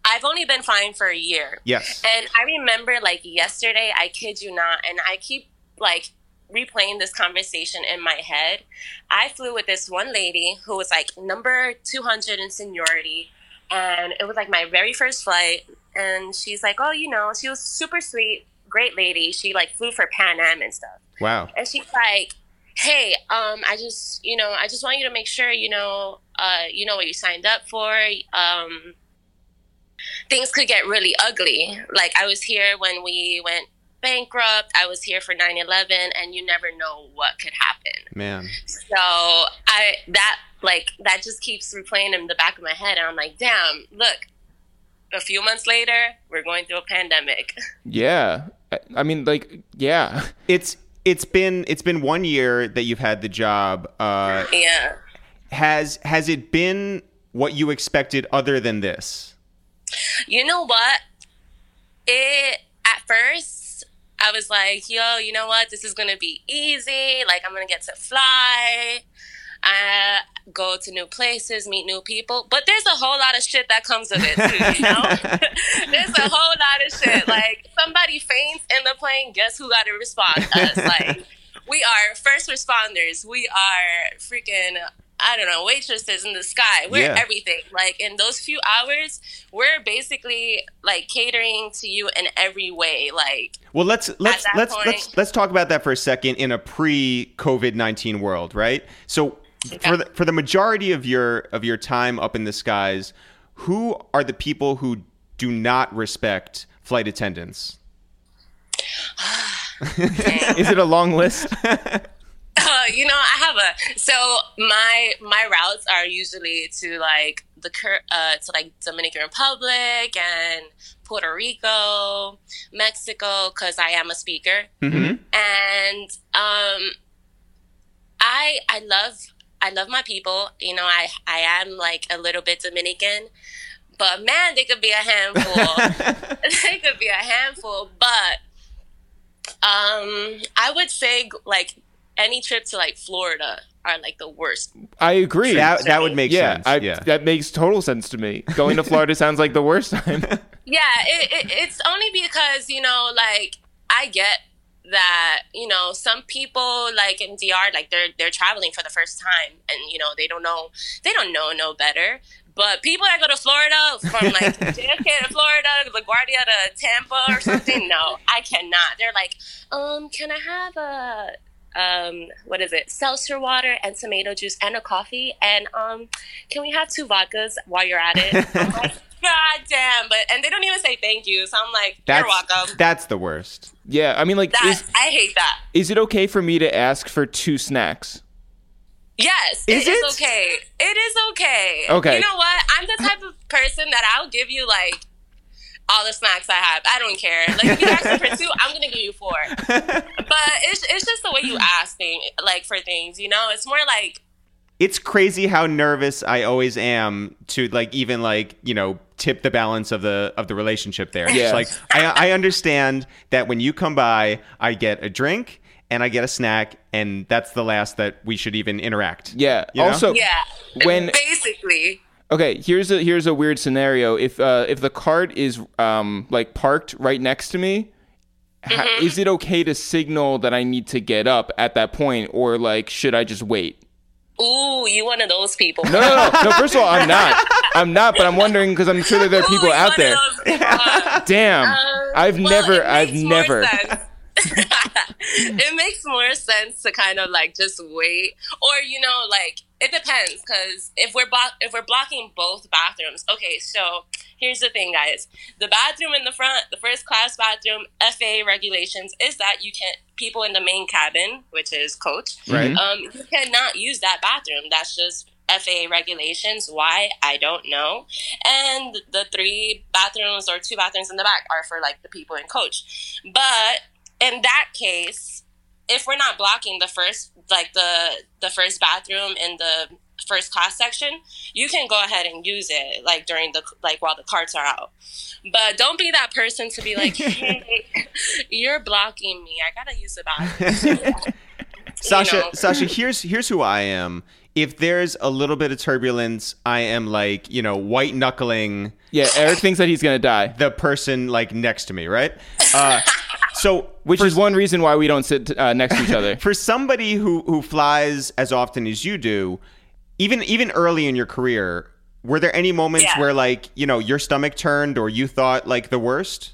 S4: I've only been flying for a year.
S1: yes.
S4: And I remember like yesterday, I kid you not, and I keep like replaying this conversation in my head. I flew with this one lady who was like number 200 in seniority, and it was like my very first flight. And she's like, oh, you know, she was super sweet, great lady. She like flew for Pan Am and stuff
S1: Wow.
S4: and she's like hey um i just you know i just want you to make sure you know uh you know what you signed up for um things could get really ugly like i was here when we went bankrupt i was here for 9-11 and you never know what could happen
S1: Man.
S4: so I that like that just keeps replaying in the back of my head, and I'm like, damn, look. A few months later, we're going through a pandemic. [laughs]
S2: yeah. I- I mean like yeah. [laughs]
S1: It's it's been it's been one year that you've had the job. Uh,
S4: yeah.
S1: has has it been what you expected other than this?
S4: You know what? It at first I was like, yo, you know what? This is gonna be easy. Like I'm gonna get to fly. I go to new places, meet new people. But there's a whole lot of shit that comes with it too, you know? [laughs] there's a whole lot of shit. Like somebody faints in the plane, guess who gotta respond to us? Like we are first responders. We are freaking I don't know, waitresses in the sky. We're
S1: Yeah.
S4: everything. Like in those few hours, we're basically like catering to you in every way. Like
S1: Well, let's let's
S4: that
S1: let's
S4: point-
S1: let's let's talk about that for a second in a pre COVID nineteen world, right? So for the, for the majority of your of your time up in the skies, who are the people who do not respect flight attendants?
S2: Is it a long list?
S4: Uh, you know, I have a so my my routes are usually to like the cur- uh to like Dominican Republic and Puerto Rico, Mexico cuz I am a speaker.
S1: Mm-hmm.
S4: and um i i love i love my people you know i i am like a little bit dominican but man they could be a handful [laughs] they could be a handful but um i would say like any trip to like Florida are like the worst.
S2: I agree.
S1: That that would make
S2: yeah,
S1: sense.
S2: I,
S1: yeah.
S2: that makes total sense to me. Going to Florida sounds like the
S1: [laughs]
S2: worst time.
S4: Yeah, it, it, it's only because you know, like I get that you know some people like in DR, like they're they're traveling for the first time, and you know they don't know they don't know no better. But people that go to Florida from like JFK to Florida, LaGuardia to Tampa or something, no, I cannot. They're like, um, can I have a um, what is it? Seltzer water and tomato juice and a coffee. And um, can we have two vodkas while you're at it? I'm like, God damn! But and they don't even say thank you. So I'm like, you're
S1: that's
S4: welcome.
S1: that's the worst.
S2: yeah, I mean, like,
S4: That
S2: is,
S4: I hate that.
S2: is it okay for me to ask for two snacks?
S4: Yes,
S2: Is
S4: it is
S2: it?
S4: okay. It is okay.
S2: Okay.
S4: You know what? I'm the type of person that I'll give you like all the snacks I have. I don't care. Like if you ask me for two, I'm gonna give
S2: [laughs]
S4: you four. But it's it's just the way you ask thing like for things. You know, it's more like
S1: It's crazy how nervous I always am to like even like you know tip the balance of the of the relationship there.
S2: Yeah.
S1: It's like I, I understand that when you come by, I get a drink and I get a snack, and that's the last that we should even interact.
S2: Yeah.
S1: You know?
S2: also,
S4: yeah.
S2: Oh, when
S4: basically
S2: Okay, here's a here's a weird scenario. If uh, if the cart is um, like parked right next to me, ha-
S4: Mm-hmm.
S2: is it okay to signal that I need to get up at that point, or like should I just wait?
S4: Ooh, you one of those people.
S2: No, no, no. no first of all, I'm not. I'm not. But I'm wondering because I'm sure that there are
S4: Ooh,
S2: people
S4: you
S2: out
S4: one
S2: there.
S4: of those people.
S2: [laughs]
S4: Uh,
S2: Damn, I've
S4: well,
S2: never,
S4: it
S2: I've
S4: makes more
S2: never.
S4: sense. [laughs] it makes more sense to kind of like just wait, or you know, like it depends. Because if we're bo- if we're blocking both bathrooms, okay. So here's the thing, guys: the bathroom in the front, the first class bathroom, FAA regulations is that you can't. People in the main cabin, which is coach,
S2: Mm-hmm.
S1: Right.
S4: um, you cannot use that bathroom. That's just FAA regulations. Why? I don't know. And the three bathrooms or two bathrooms in the back are for like the people in coach. But in that case, if we're not blocking the first like the the first bathroom in the first class section, you can go ahead and use it like during the like while the carts are out. But don't be that person to be like, hey, you're blocking me. I gotta use the
S1: [laughs]
S4: bathroom.
S1: [laughs] Sasha,
S4: You know.
S1: Sasha, here's here's who I am. If there's a little bit of turbulence, I am like you know white knuckling
S2: Yeah, Eric thinks that he's gonna die,
S1: the person like next to me, right? Uh, [laughs] so
S2: which is one reason why we don't sit uh, next to
S4: [laughs]
S2: each other.
S1: for somebody who who flies as often as you do, even even early in your career, were there any moments
S4: Yeah.
S1: where like you know your stomach turned or you thought like the worst?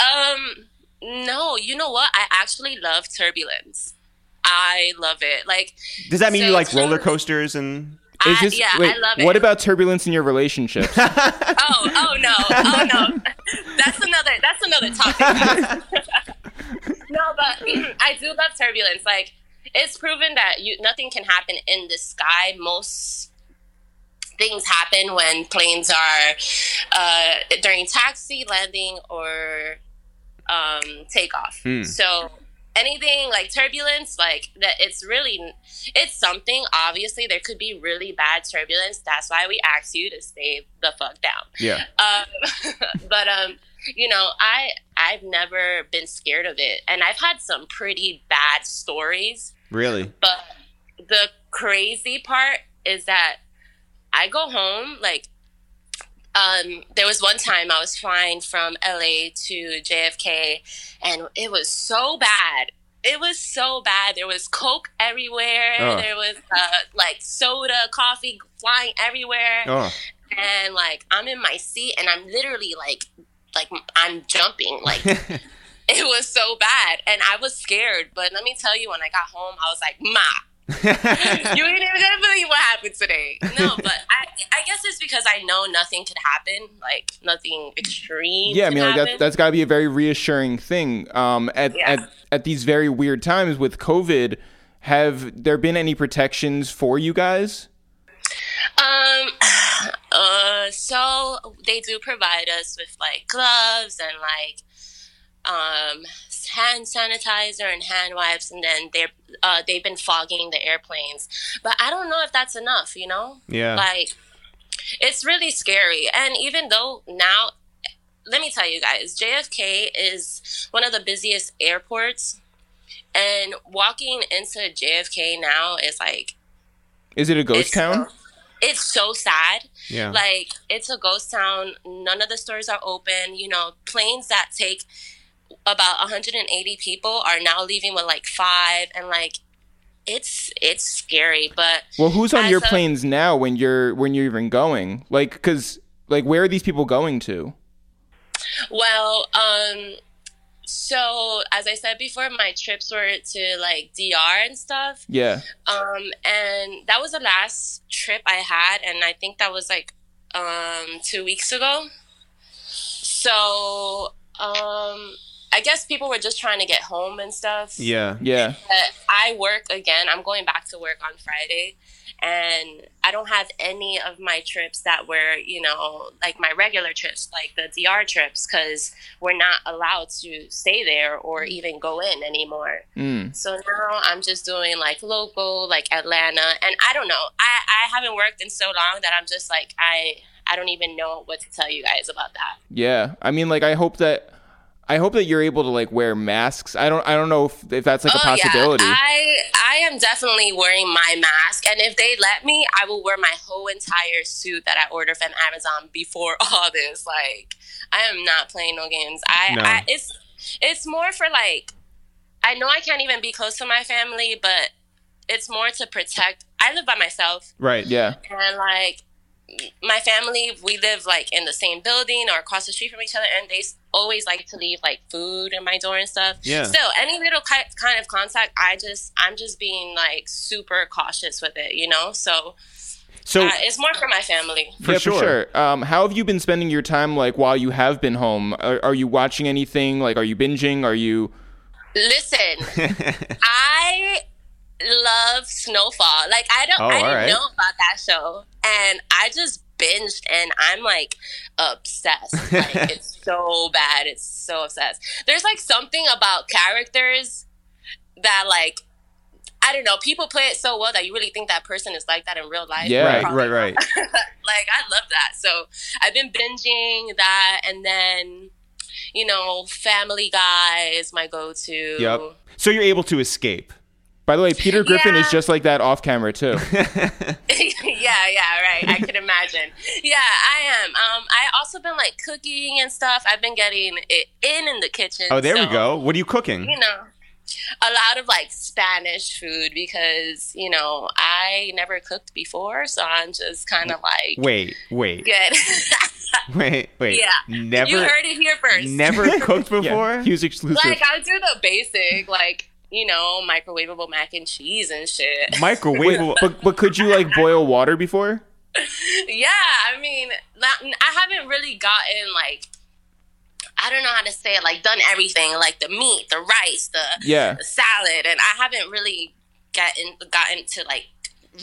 S4: Um, no, you know what? I actually love turbulence. I love it. Like,
S1: Does that mean
S4: So
S1: you like
S4: it's-
S1: roller coasters and?
S2: Is
S4: I,
S2: this?
S4: yeah,
S2: wait,
S4: I love it.
S2: what about turbulence in your
S4: [laughs]
S2: relationships?
S4: Oh, oh no, oh no. That's another. That's another topic. no, but [clears throat] I do love turbulence. Like, it's proven that you nothing can happen in the sky. Most things happen when planes are uh, during taxi landing or um, takeoff. So anything like turbulence, like that, it's really it's something. Obviously, there could be really bad turbulence. That's why we ask you to stay the fuck down.
S1: Yeah.
S4: Um, [laughs] but um, you know, I I've never been scared of it, and I've had some pretty bad stories.
S1: Really?
S4: But the crazy part is that I go home like um there was one time I was flying from LA to JFK and it was so bad. It was so bad. There was coke everywhere.
S1: Oh.
S4: There was uh, like soda, coffee flying everywhere
S1: Oh,
S4: and like I'm in my seat and I'm literally like like I'm jumping
S2: [laughs]
S4: like it was so bad and I was scared but let me tell you when I got home I was like ma
S2: [laughs]
S4: you ain't even gonna believe what happened today no but I I guess it's because I know nothing could happen like nothing extreme
S2: yeah, I mean,
S4: could
S2: like that,
S4: happen.
S2: that's got to be a very reassuring thing. Um, at,
S4: Yeah.
S2: at at these very weird times with COVID, have there been any protections for you guys?
S4: Um. [sighs] Uh. So they do provide us with like gloves and like um hand sanitizer and hand wipes, and then they're uh they've been fogging the airplanes. But I don't know if that's enough. You know.
S1: Yeah.
S4: Like, it's really scary. And even though now, let me tell you guys, JFK is one of the busiest airports And walking into JFK now is like
S2: Is it a ghost
S4: it's,
S2: town?
S4: It's so sad.
S1: Yeah.
S4: Like it's a ghost town. None of the stores are open. You know, planes that take about 180 people are now leaving with like five, and like it's it's scary. But
S2: Well, who's on
S4: As
S2: your
S4: of-
S2: planes now when you're when you're even going? Like, because like, where are these people going to?
S4: well, um, so as I said before, my trips were to like DR and stuff.
S2: Yeah,
S4: Um, and that was the last trip I had, and I think that was like um, two weeks ago. So um, I guess people were just trying to get home and stuff.
S1: yeah.
S2: yeah.
S4: But I work again. I'm going back to work on Friday, and I don't have any of my trips that were, you know, like my regular trips, like the DR trips, because we're not allowed to stay there or even go in anymore.
S2: Mm.
S4: So now I'm just doing like local, like Atlanta, and I don't know. I I haven't worked in so long that I'm just like I I don't even know what to tell you guys about that.
S2: Yeah, I mean, like, I hope that I hope that you're able to like wear masks. I don't I don't know if, if that's like a possibility.
S4: Oh, yeah, I I am definitely wearing my mask, and if they let me, I will wear my whole entire suit that I ordered from Amazon before [laughs] all this. Like I am not playing no games. I,
S1: No.
S4: I it's it's more for like I know I can't even be close to my family, but it's more to protect. I live by myself.
S1: Right.
S2: yeah,
S4: and like my family we live like in the same building or across the street from each other and they s- always like to leave like food in my door and stuff
S1: Yeah.
S4: still any little ki- kind of contact i just i'm just being like super cautious with it you know so
S1: So [laughs]
S4: uh, it's more for my family
S1: for,
S2: yeah,
S1: sure.
S2: for sure. Um, how have you been spending your time like while you have been home? Are, are you watching anything? Like, are you binging? Are you?
S4: listen I love Snowfall. Like I don't
S1: Oh,
S4: I didn't
S1: alright.
S4: know about that show. And I just binged and I'm like
S1: [laughs]
S4: obsessed. Like it's so bad. It's so obsessed. There's like something about characters that like I don't know, people play it so well that you really think that person is like that in real
S2: [laughs]
S4: life.
S2: Yeah.
S1: Right,
S4: Probably
S1: right, right.
S4: like I love that. So I've been binging that, and then you know, Family Guy is my go-to.
S1: Yep. So you're able to escape.
S2: By the way, Peter Griffin is
S4: Yeah.
S2: just like that off camera too.
S4: [laughs] yeah, yeah, right. I can imagine. Yeah, I am. Um, I also been like cooking and stuff. I've been getting it in in the kitchen.
S1: Oh, there
S4: so,
S1: we go. What are you cooking?
S4: You know, a lot of like Spanish food because you know I never cooked before, so I'm just kind of like [laughs]
S1: Wait, wait,
S4: good.
S1: [laughs] wait, wait.
S4: Yeah.
S1: Never,
S4: [laughs] you heard it here first. [laughs]
S1: never cooked before.
S2: [laughs] Yeah, he was exclusive.
S4: like I do the basic, like you know, microwavable mac and cheese and shit.
S2: Wait,
S1: Microwave.
S2: but but could you like boil water before?
S4: Oh yeah, I mean, not, I haven't really gotten like I don't know how to say it, like done everything, like the meat, the rice, the
S2: Yeah.
S4: salad, and I haven't really gotten gotten to like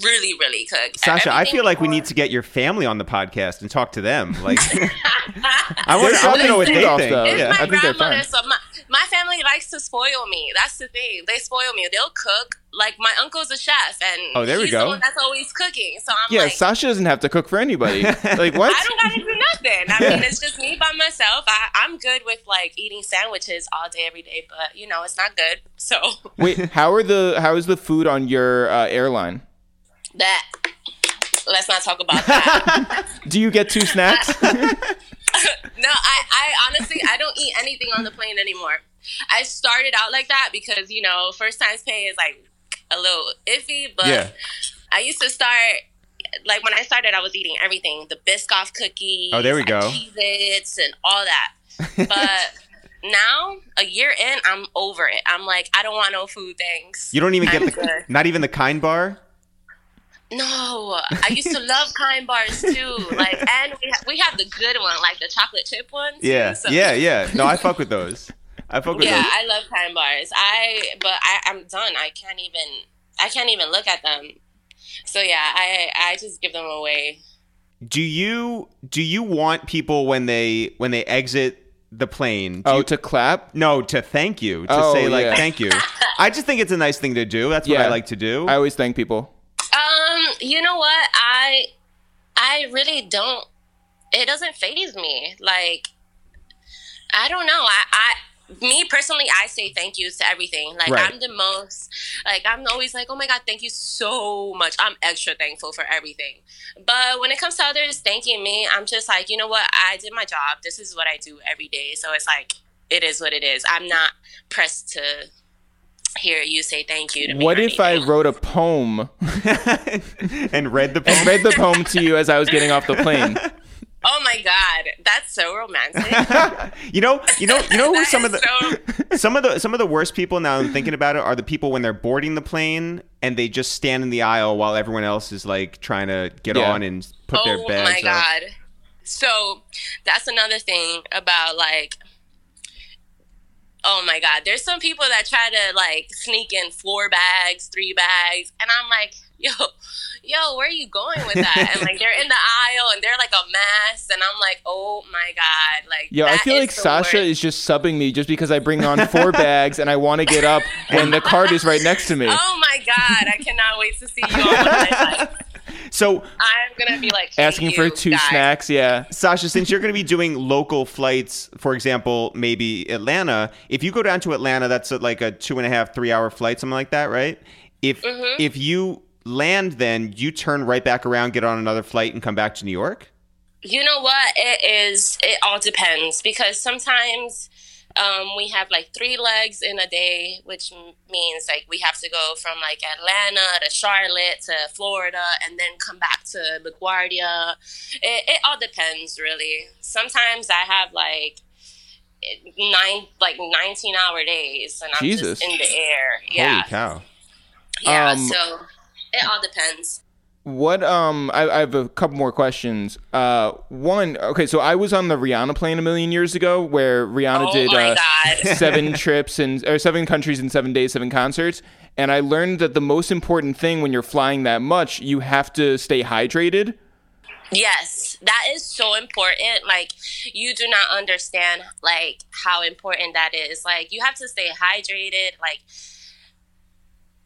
S4: really really cook.
S1: Sasha, I
S4: Everything
S1: feel like we
S4: before- [laughs]
S1: need to get your family on the podcast and talk to them. Like, I want to
S2: They're
S1: know what
S2: probably
S1: they
S2: off,
S1: Oh, think.
S2: though.
S4: It's
S2: Yeah,
S4: my
S2: I think they're fine.
S4: grandmother, so my, my family likes to spoil me. That's the thing. They spoil me. They'll cook. Like my uncle's a chef, and
S1: Oh, there we
S4: he's the
S1: go.
S4: one that's always cooking. So I'm
S2: Yeah,
S4: like,
S2: Sasha doesn't have to cook for anybody. [laughs] like what?
S4: I don't gotta do nothing. I mean, it's just me by myself. I, I'm good with like eating sandwiches all day, every day, but you know, it's not good. So
S2: Wait, how are the how is the food on your uh, airline?
S4: that let's not talk about that.
S2: Do you get two
S4: [laughs]
S2: snacks?
S4: no, I, I honestly I don't eat anything on the plane anymore. I started out like that because you know, first times pay is like a little iffy, but
S1: Yeah.
S4: I used to start. Like when I started, I was eating everything the Biscoff cookies,
S1: Oh, there we go.
S4: Cheez Its, and all
S1: [laughs]
S4: that. But now, a year in, I'm over it. I'm like, I don't want no food, thanks.
S1: You don't even get
S4: I'm
S1: the,
S4: good.
S1: not even the kind bar.
S4: No, I used to love kind bars too. Like, and we, ha- we have the good one, like the chocolate chip one. too,
S1: Yeah,
S4: so-
S1: yeah, yeah. No, I fuck with those. I fuck with
S4: Yeah,
S1: those.
S4: I love kind bars. I but I, I'm done. I can't even I can't even look at them. So yeah, I I just give them away.
S1: Do you do you want people when they when they exit the plane? Do
S2: oh,
S1: you-
S2: to clap?
S1: no, to thank you, to
S2: Oh,
S1: say like
S2: yeah.
S4: [laughs]
S1: thank you. I just think it's a nice thing to do. That's what
S2: Yeah.
S1: I like to do.
S2: I always thank people.
S4: Um, you know what? I I really don't. It doesn't phase me. Like I don't know. I I me personally, I say thank yous to everything. Like
S2: Right.
S4: I'm the most, like I'm always like, oh my god, thank you so much. I'm extra thankful for everything. But when it comes to others thanking me, I'm just like, you know what? I did my job. This is what I do every day. So it's like, it is what it is. I'm not pressed to hear you say thank you to me.
S2: What
S4: or
S2: if I
S4: anything.
S2: wrote a poem
S1: [laughs]
S2: [laughs]
S1: and read the poem.
S2: and read the poem to you as I was getting off the plane?
S4: Oh my god, that's so romantic.
S1: [laughs] you know, you know, you know [laughs] who
S4: That
S1: some of
S4: is
S1: the
S2: [laughs]
S4: so-
S1: some of the some of the worst people now I'm thinking about it are the people when they're boarding the plane and they just stand in the aisle while everyone else is like trying to get
S2: Yeah.
S1: on and put their
S4: oh
S1: bags
S4: my
S1: up.
S4: god so that's another thing about like oh my god there's some people that try to like sneak in four bags three bags and i'm like [laughs] yo yo where are you going with that and like they're in the aisle and they're like a mess and i'm like oh my god like
S2: Yo, I
S4: that
S2: feel
S4: is
S2: like
S4: the
S2: Sasha
S4: worst.
S2: is just subbing me just because I bring on four bags and I want to get up when the cart is right next to me.
S4: oh my god i cannot wait to see you all
S2: [laughs]
S4: like,
S1: [laughs] So,
S4: i'm gonna be like hate
S2: Asking for
S4: you
S2: two
S4: guys.
S2: snacks, yeah.
S1: Sasha, since you're going to be doing local flights, for example, maybe Atlanta, if you go down to Atlanta, that's uh, like a two and a half, three hour flight, something like that, right? If
S4: Mm-hmm.
S1: if you land, then you turn right back around, get on another flight, and come back to New York.
S4: You know what? It is. It all depends because sometimes um, we have like three legs in a day, which m- means like we have to go from like Atlanta to Charlotte to Florida and then come back to LaGuardia. It, it all depends, really. Sometimes I have like nine, like nineteen hour days, and I'm
S2: Jesus.
S4: just in the air. Yeah,
S1: Holy cow!
S4: yeah.
S2: Um,
S4: so it all depends.
S2: What um I, I have a couple more questions. Uh one, okay, so I was on the Rihanna plane a million years ago where Rihanna
S4: Oh
S2: did
S4: my
S2: uh, [laughs]
S4: God. [laughs]
S2: seven trips and or seven countries in seven days, seven concerts. And I learned that the most important thing when you're flying that much, you have to stay hydrated.
S4: Yes, that is so important. Like you do not understand like how important that is. Like you have to stay hydrated. Like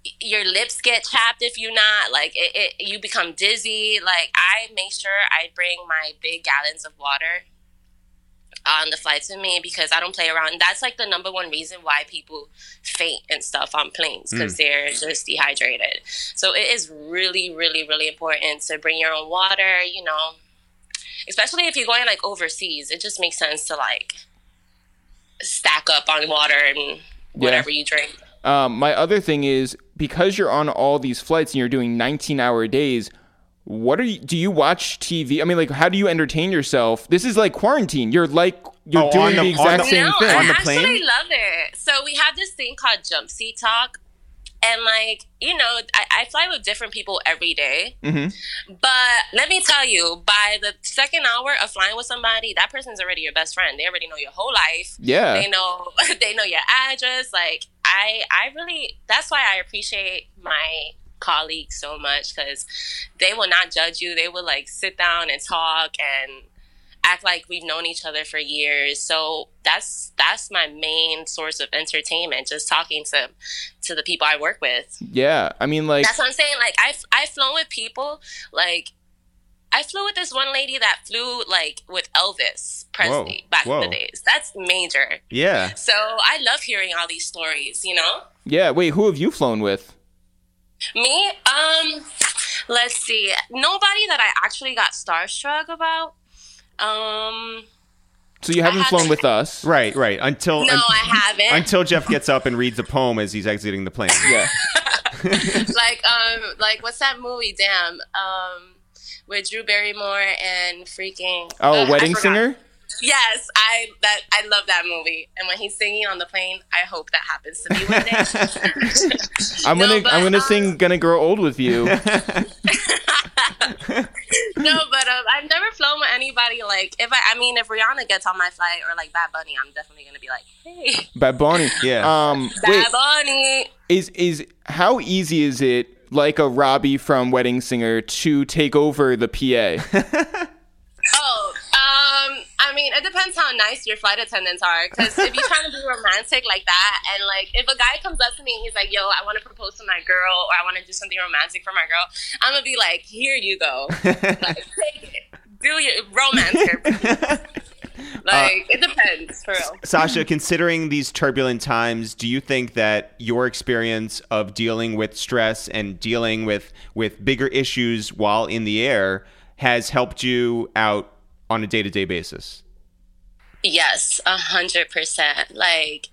S4: y- your lips get chapped if you not. Like it, it you become dizzy. Like I make sure I bring my big gallons of water on the flights with me because I don't play around. And that's like the number one reason why people faint and stuff on planes because they're just dehydrated. So it is really, really, really important to bring your own water, you know, especially if you're going like overseas. It just makes sense to like stack up on water and whatever you drink.
S2: Um, my other thing is because you're on all these flights and you're doing 19 hour days, what are you do you watch TV? I mean, like how do you entertain yourself? This is like quarantine. You're like you're
S1: Oh, on
S2: doing
S1: the-
S2: the,
S1: on
S2: exact
S1: the-
S2: same
S4: no,
S2: thing.
S4: I
S1: On the
S4: actually
S1: plane?
S4: love it. So we have this thing called jump seat talk. And like, you know, I, I fly with different people every day.
S2: Mm-hmm.
S4: But let me tell you, by the second hour of flying with somebody, that person's already your best friend. They already know your whole life.
S2: Yeah.
S4: They know [laughs] they know your address. Like I I really that's why I appreciate my colleagues so much because they will not judge you. They will like sit down and talk and act like we've known each other for years. So that's that's my main source of entertainment, just talking to to the people I work with.
S2: Yeah, I mean, like,
S4: That's what I'm saying. Like I've I've flown with people like I flew with this one lady that flew like with Elvis Presley
S1: Whoa,
S4: back
S1: whoa.
S4: in the days. That's major.
S1: Yeah,
S4: So I love hearing all these stories, you know?
S2: yeah. Wait, who have you flown with?
S4: Me, um let's see. Nobody that I actually got starstruck about. Um
S2: So you haven't
S4: have-
S2: flown with
S4: [laughs]
S2: us,
S1: right, right. Until
S4: no,
S1: un-
S4: I haven't.
S1: [laughs] until Jeff gets up and reads a poem as he's exiting the
S4: [laughs]
S1: plane.
S2: Yeah.
S4: like um like what's that movie damn um with Drew Barrymore and freaking
S2: Oh,
S4: uh, I
S2: wedding
S4: forgot.
S2: singer.
S4: Yes, I that I love that movie. And when he's singing on the plane, I hope that happens to me one
S2: [laughs]
S4: day.
S2: I'm
S4: No,
S2: gonna,
S4: but,
S2: I'm gonna
S4: um,
S2: sing "Gonna Grow Old with
S1: [laughs]
S2: You."
S4: no, but um, I've never flown with anybody. Like, if I, I mean, if Rihanna gets on my flight or like Bad Bunny, I'm definitely gonna be like, hey,
S2: Bad Bunny.
S1: Yeah.
S2: Um. Wait.
S4: Bad Bunny.
S2: Is is how easy is it, like a Robbie from Wedding Singer, to take over the
S1: [laughs]
S2: PA?
S4: Oh, um, I mean, it depends how nice your flight attendants are. Because if you're trying to be romantic like that, and like if a guy comes up to me and he's like, "Yo, I want to propose to my girl, or I want to do something romantic for my girl," I'm gonna be like, "Here you go, like, take it, do your romance her." Like it depends for real.
S1: Sasha, considering these turbulent times, do you think that your experience of dealing with stress and dealing with with bigger issues while in the air has helped you out on a day-to-day basis?
S4: Yes, a hundred percent. Like,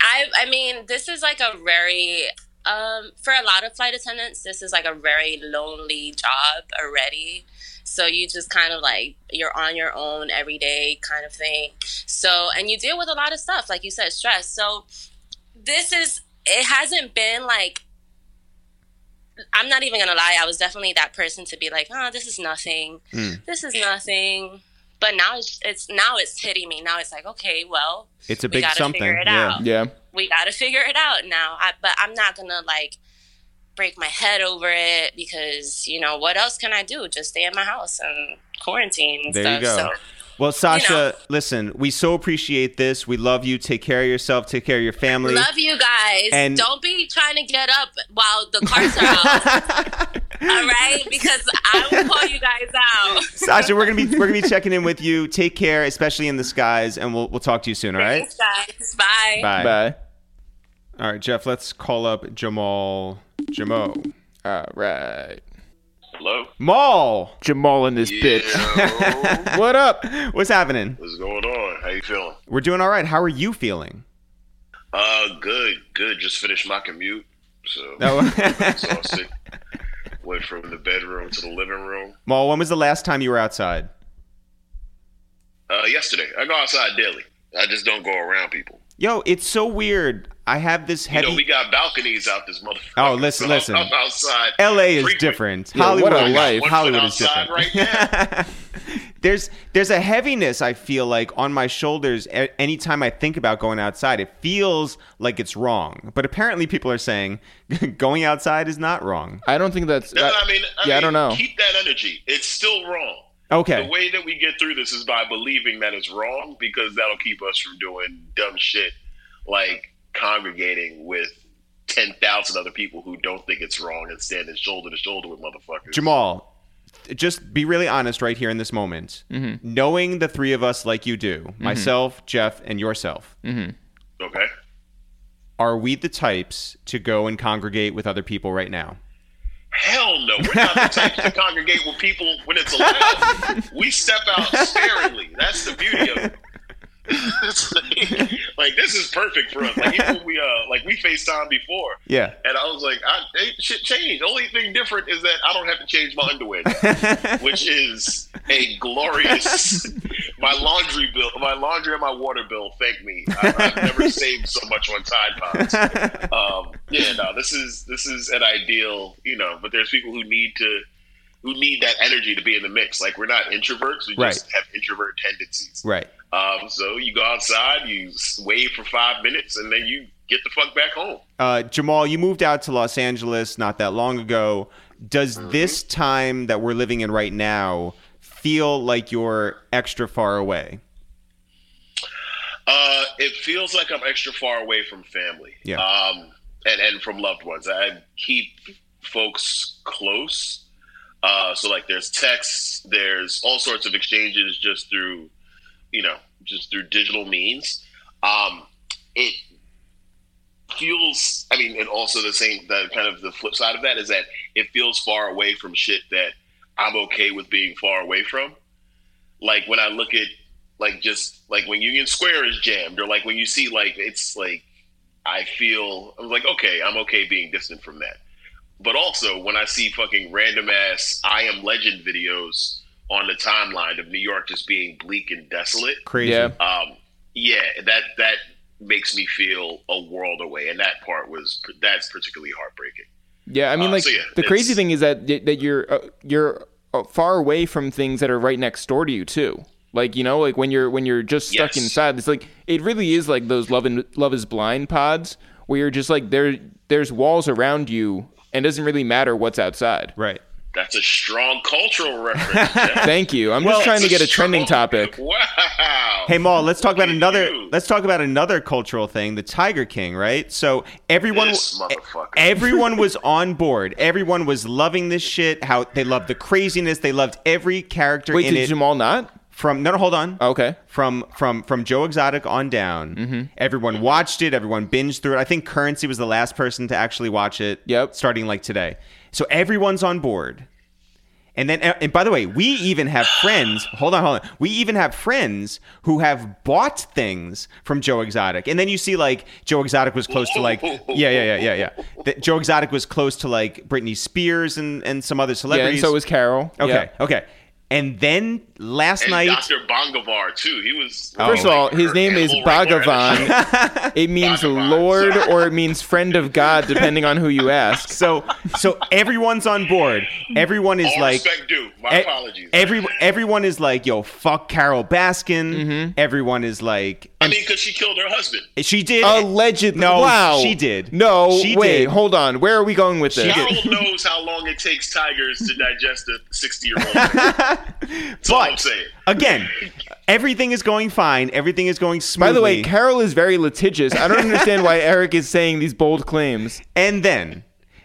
S4: I I mean, this is like a very um for a lot of flight attendants, this is like a very lonely job already. So you just kind of like you're on your own every day kind of thing. So and you deal with a lot of stuff, like you said, stress. So this is it hasn't been like I'm not even gonna lie, I was definitely that person to be like, oh, this is nothing.
S1: Mm.
S4: This is nothing. But now it's, it's now it's hitting me. Now it's like, okay, well,
S1: It's a
S4: We
S1: big
S4: gotta
S1: something.
S4: figure it
S1: yeah.
S4: out.
S2: Yeah.
S4: we gotta figure it out now. I, but I'm not gonna like break my head over it because you know what else can I do? Just stay in my house and quarantine. And
S1: There
S4: stuff.
S1: you go.
S4: So,
S1: Well, Sasha,
S4: know.
S1: listen, we so appreciate this. We love you. Take care of yourself. Take care of your family.
S4: love you guys.
S1: And-
S4: Don't be trying to get up while the cars are out.
S1: [laughs]
S4: all right, because I will call you guys out.
S1: [laughs] Sasha, we're gonna be we're gonna be checking in with you. Take care, especially in the skies, and we'll we'll talk to you soon. All right.
S4: Thanks, guys. Bye.
S1: Bye.
S2: Bye.
S1: All right, Jeff. Let's call up Jamal. Jamal.
S2: All right.
S5: Hello.
S1: Mall.
S2: Jamal and this bitch.
S5: Yeah.
S2: What
S4: [laughs]
S2: up?
S1: What's happening?
S5: What's going on? How you feeling?
S1: We're doing all right. How are you feeling?
S5: Uh, good, good. Just finished my commute, so
S1: [laughs] No.
S5: [laughs] exhausted. Went from the bedroom to the living room.
S1: Maul, when was the last time you were outside?
S5: Uh, yesterday, I go outside daily. I just don't go around people.
S1: Yo, it's so weird. I have this
S5: You
S1: heavy.
S5: know, we got balconies out this motherfucker.
S1: Oh, listen,
S5: [laughs] so I'm-
S1: listen.
S5: I'm outside.
S1: LA is
S5: frequent.
S1: different.
S2: Yeah,
S1: Hollywood,
S2: what a
S1: I got
S2: life.
S5: One foot
S1: Hollywood is
S5: outside
S1: different.
S5: right
S1: [laughs] there's there's a heaviness I feel like on my shoulders a- anytime I think about going outside. It feels like it's wrong, but apparently people are saying [laughs] going outside is not wrong.
S2: I don't think that's.
S5: No, I mean, I
S2: yeah, I
S5: mean,
S2: don't know.
S5: Keep that energy. It's still wrong. The
S1: Okay,
S5: way that we get through this is by believing that it's wrong because that'll keep us from doing dumb shit like congregating with 10,000 other people who don't think it's wrong and standing shoulder to shoulder with motherfuckers.
S1: Jamal, just be really honest right here in this moment. Knowing the three of us like you do, myself, Jeff, and yourself,
S5: Okay.
S1: are we the types to go and congregate with other people right now?
S5: Hell no. We're not the types to congregate with people when it's allowed. we step out sparingly. That's the beauty of it. [laughs] It's like, like, this is perfect for us. Like even when we uh like we FaceTime before.
S1: Yeah.
S5: And I was like, I, it shit changed. The only thing different is that I don't have to change my underwear, now,
S1: [laughs]
S5: which is a glorious. [laughs] my laundry bill, my laundry and my water bill. Thank me. I,
S1: [laughs]
S5: I've never saved so much on Tide Pods. Um, yeah, no, this is this is an ideal, you know. But there's people who need to who need that energy to be in the mix. Like we're not introverts; we
S1: Right.
S5: just have introvert tendencies.
S1: Right.
S5: Um, so you go outside, you s- wave for five minutes, and then you get the fuck back home.
S1: Uh, Jamal, you moved out to Los Angeles not that long ago. Does
S2: Mm-hmm.
S1: this time that we're living in right now feel like you're extra far away?
S5: Uh, it feels like I'm extra far away from family.
S1: Yeah.
S5: Um, and, and from loved ones. I keep folks close. Uh, so like there's texts, there's all sorts of exchanges just through, you know, just through digital means. Um, it feels, I mean, and also the same, the kind of the flip side of that is that it feels far away from shit that I'm okay with being far away from. Like when I look at like just like when Union Square is jammed, or like when you see like it's like I feel I'm like okay, I'm okay being distant from that. But also when I see fucking random ass I am Legend videos on the timeline of New York just being bleak and desolate,
S1: Crazy.
S2: Yeah.
S5: um, yeah, that that makes me feel a world away, and that part was that's particularly heartbreaking.
S2: Yeah, I mean,
S5: Uh,
S2: like
S5: so yeah,
S2: the crazy
S5: it's-
S2: thing is that that you're uh, you're uh, far away from things that are right next door to you too. Like you know, like when you're when you're just stuck
S5: Yes.
S2: inside, it's like it really is like those love and love is blind pods where you're just like there there's walls around you and it doesn't really matter what's outside.
S1: Right.
S5: That's a strong cultural reference. Jeff.
S2: Thank you. I'm
S1: Well,
S2: just [laughs] trying to
S5: That's
S2: get a
S5: strong-
S2: trending topic.
S5: [laughs] Wow.
S1: Hey Maul, let's talk about
S5: Look at
S1: another
S5: you.
S1: let's talk about another cultural thing, the Tiger King, right? So everyone e-,
S5: This motherfucker.
S1: everyone
S2: [laughs]
S1: was on board. Everyone was loving this shit, how they loved the craziness, they loved every character
S2: Wait,
S1: in
S2: did
S1: it.
S2: Jamal not?
S1: from no, no, hold on.
S2: Okay.
S1: From from from Joe Exotic on down,
S2: Mm-hmm.
S1: everyone watched it. Everyone binged through it. I think Currency was the last person to actually watch it.
S2: Yep.
S1: Starting like today, so everyone's on board. And then, uh, and by the way, we even
S2: [sighs]
S1: have friends. Hold on, hold on. We even have friends who have bought things from Joe Exotic. And then you see, like, Joe Exotic was close to,
S2: [laughs]
S1: like, yeah, yeah, yeah, yeah, yeah. That Joe Exotic was close to, like, Britney Spears and, and some other
S2: Yeah,
S1: celebrities.
S2: and so is Carol.
S1: Okay,
S2: Yeah.
S1: okay. And then last
S5: And
S1: night,
S5: Dr. Bongavar, too. He was.
S1: Oh.
S2: First of all, his name is
S5: [laughs]
S2: Bhagavan. it means
S5: Bhagavan. [laughs]
S2: Lord or it means friend of God, depending on who you ask.
S1: so so everyone's on board. Everyone is
S5: All
S1: like,
S5: respect due. My
S1: e-
S5: apologies.
S1: every everyone is like, yo, fuck Carol Baskin.
S2: Mm-hmm.
S1: Everyone is like,
S5: I mean, because she killed her husband.
S1: she did.
S2: Allegedly.
S1: No,
S2: wow.
S1: she did.
S2: No,
S1: She
S2: wait,
S1: did.
S2: hold on. Where are we going with this?
S5: Carol knows how long it takes tigers to digest a 60 year
S2: [laughs]
S5: old. That's all I'm
S1: but
S5: saying.
S1: again, everything is going fine. Everything is going smoothly.
S2: By the way, Carol is very litigious. I don't understand why Eric is saying these bold claims.
S1: and then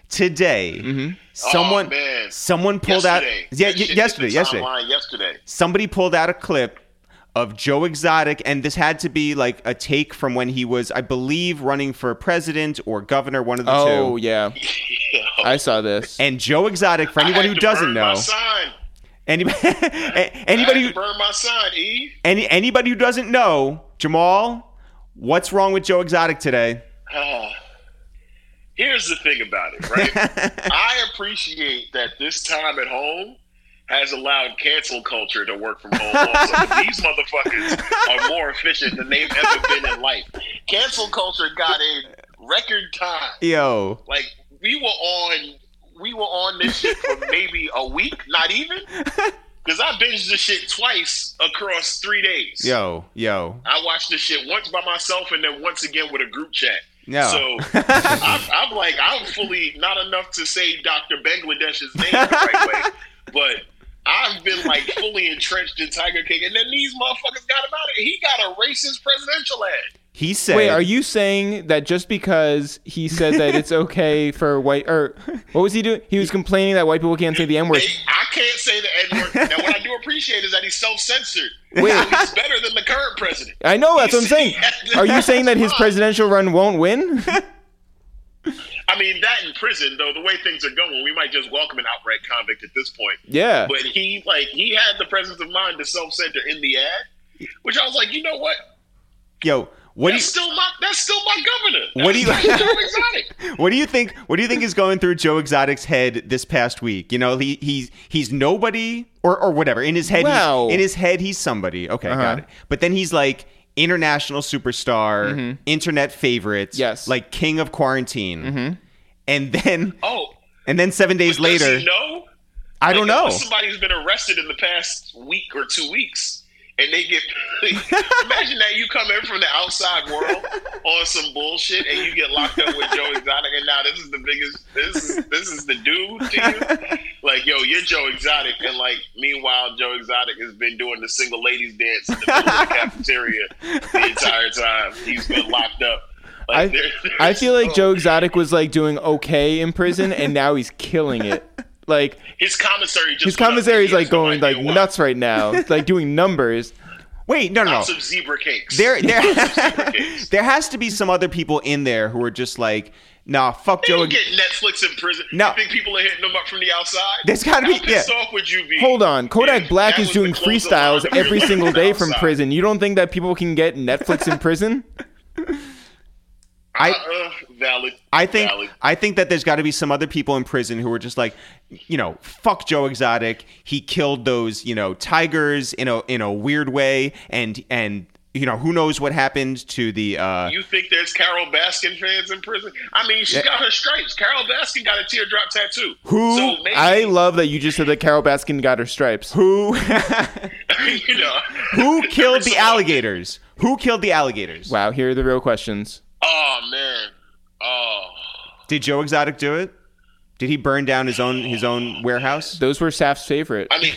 S1: today,
S2: Mm-hmm.
S1: someone
S5: Oh, man.
S1: someone pulled
S5: yesterday.
S1: out. Yeah,
S5: That
S1: y-
S5: shit hit
S1: yesterday,
S5: the
S1: yesterday.
S5: timeline yesterday.
S1: somebody pulled out a clip of Joe Exotic, and this had to be like a take from when he was, I believe, running for president or governor, one of the two.
S2: Oh, yeah. I saw this.
S1: And Joe Exotic, for
S5: I
S1: anyone
S5: had
S1: who
S5: to
S1: doesn't
S5: burn My
S1: know,
S5: sign.
S1: anybody,
S5: Anybody
S1: [laughs] anybody,
S5: to
S1: who,
S5: burn my sign, E?
S1: any, anybody who doesn't know, Jamal, what's wrong with Joe Exotic today? [laughs]
S5: Ah. here's the thing about
S1: [laughs]
S5: it, right? I appreciate that this time at home has allowed cancel culture to work from home. Also.
S1: [laughs]
S5: These motherfuckers are more efficient than they've ever been in life. Cancel culture got in record time.
S1: Yo,
S5: Like we were on, we were on this shit for
S1: [laughs]
S5: maybe a week, not even, because I binged this shit twice across three days.
S1: yo, yo.
S5: I watched this shit once by myself and then once again with a group chat.
S1: No.
S5: So I'm, I'm like, I'm fully not enough to say Dr. Bangladesh's name the right way, but I've been like fully entrenched in Tiger King. And then these motherfuckers got about it. He got a racist presidential ad.
S1: He said,
S2: Wait, are you saying that just because he said
S1: [laughs]
S2: that it's okay for white or what was he doing? He was complaining that white people can't say the N
S1: [laughs]
S2: word.
S5: They- I can't say the N word. Now, what I do appreciate is that he's self censored.
S2: Wait.
S5: he's better than the current president.
S2: I know that's what I'm saying. Are you saying that his presidential run won't
S1: [laughs]
S2: win?
S5: I mean, that in prison, though, the way things are going, we might just welcome an outright convict at this point. [laughs]
S2: Yeah.
S5: but he like he had the presence of mind to self center in the ad, which I was like, you know what?
S1: yo, what do
S5: That's
S1: you,
S5: still my that's still my governor. That's
S1: What do you- [laughs]
S5: still Joe Exotic?
S1: What do you think? What do you think is going through Joe Exotic's head this past week? You know, he he's he's nobody or or whatever in his head. he's-
S2: Wow.
S1: in his head, he's somebody. Okay,
S2: Uh-huh.
S1: got it. But then he's like international superstar, internet favorites.
S2: Mm-hmm. Yes. Mm-hmm.
S1: like king of quarantine. And then
S5: Oh,
S1: and then seven days later,
S5: Does he know?
S1: I don't know.
S5: Somebody who's been arrested in the past week or two weeks, and they get [laughs] imagine that you come in from the outside world on some bullshit, and you get locked up with Joe Exotic, and now this is the biggest. This is this is the dude to you. Like, yo, you're Joe Exotic, and like, meanwhile, Joe Exotic has been doing the single ladies dance in the middle
S2: [laughs]
S5: of the cafeteria the entire time. He's been locked up. Like,
S2: I,
S5: there- there's
S2: I feel
S5: no-
S2: like Joe Exotic was like doing okay in prison and now he's killing
S1: [laughs]
S2: it. Like
S5: His commissary just
S2: his
S5: went up,
S2: commissary
S5: and
S2: is
S5: he
S2: like
S5: has no
S2: going
S5: idea
S2: like
S5: why.
S2: nuts right
S5: [laughs]
S2: now. It's, like doing numbers.
S1: Wait, no, no,
S5: Lots
S1: no.
S5: of zebra cakes.
S1: There [laughs] there
S5: cakes.
S1: there has to be some other people in there who are just like, nah, fuck
S5: They
S1: Joe.
S5: don't get Netflix in prison.
S1: No.
S5: You think people are hitting them up from the outside?
S1: There's gotta
S5: How
S1: be-
S5: pissed
S1: yeah.
S5: off would you be?
S2: Hold on. Kodak
S5: if
S2: Black
S5: that
S2: is
S5: was the
S2: doing
S5: close alarm
S2: freestyles
S5: that we
S2: every
S5: were [laughs]
S2: single day from
S5: outside?
S2: prison. You don't think that people can get Netflix in
S5: [laughs]
S2: prison?
S1: I-
S5: uh, valid.
S1: I think
S5: Valid.
S1: I think that there's got to be some other people in prison who are just like, you know, fuck Joe Exotic. He killed those, you know, tigers in a in a weird way, and and you know who knows what happened to the. Uh,
S5: You think there's Carol Baskin fans in prison? I mean, she got her stripes. Carol Baskin got a teardrop tattoo.
S1: Who-
S5: So maybe,
S2: I love that you just said that Carol Baskin got her stripes.
S1: who
S5: [laughs]
S1: [laughs]
S5: you know,
S1: who killed the
S5: There's-
S1: alligators? Who killed the alligators?
S2: Wow, here are the real questions.
S5: Oh man. Oh.
S1: Did Joe Exotic do it? Did he burn down his own his own warehouse?
S2: Those were Saf's favorite.
S5: I
S1: [laughs]
S5: mean.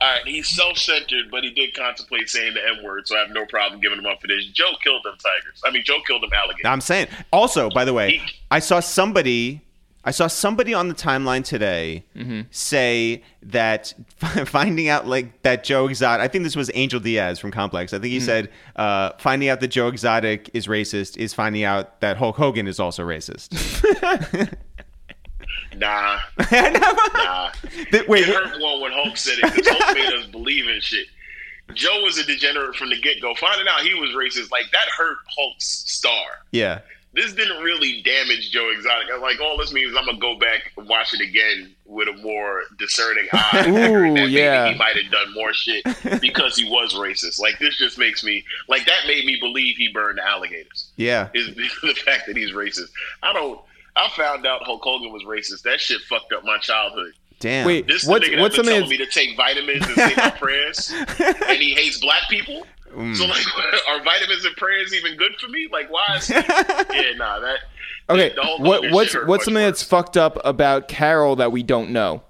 S5: All right, he's self-centered, but he did contemplate saying the N-word, so I have no problem giving him up for this. Joe killed them tigers. I mean, Joe killed them alligators.
S1: I'm saying. Also, by the way, I saw somebody. I saw somebody on the timeline today
S2: Mm-hmm.
S1: say that [laughs] finding out like that Joe Exotic. I think this was Angel Diaz from Complex. I think
S2: Mm-hmm.
S1: he said uh, finding out that Joe Exotic is racist is finding out that Hulk Hogan is also racist.
S2: [laughs]
S5: Nah, nah.
S1: That- Wait,
S5: It hurt one when Hulk said it because Hulk made us believe in shit. Joe was a degenerate from the get go. Finding out he was racist, like that hurt Hulk's star.
S1: yeah,
S5: This didn't really damage Joe Exotic. I'm like, all this means is I'm gonna go back and watch it again with a more discerning eye.
S2: Ooh,
S5: that
S2: yeah.
S5: maybe he might have done more shit because he was racist. Like this just makes me like that made me believe he burned alligators
S1: yeah.
S5: is [laughs] the fact that he's racist. I don't. I found out Hulk Hogan was racist. That shit fucked up my childhood.
S1: Damn.
S2: Wait,
S5: This
S2: What's-
S5: nigga
S2: what's
S5: that's been
S2: something
S5: telling me to take vitamins and say
S2: [laughs]
S5: my prayers, and he hates black people.
S2: Mm.
S5: So like, [laughs] are vitamins and prayers even good for me? Like,
S2: [laughs]
S5: why? Is he... yeah, nah. That
S2: Okay,
S5: the whole
S2: what
S5: Hogan
S2: what's
S5: shit hurt
S2: what's
S5: much
S2: something
S5: worse.
S2: that's fucked up about Carol that we don't know?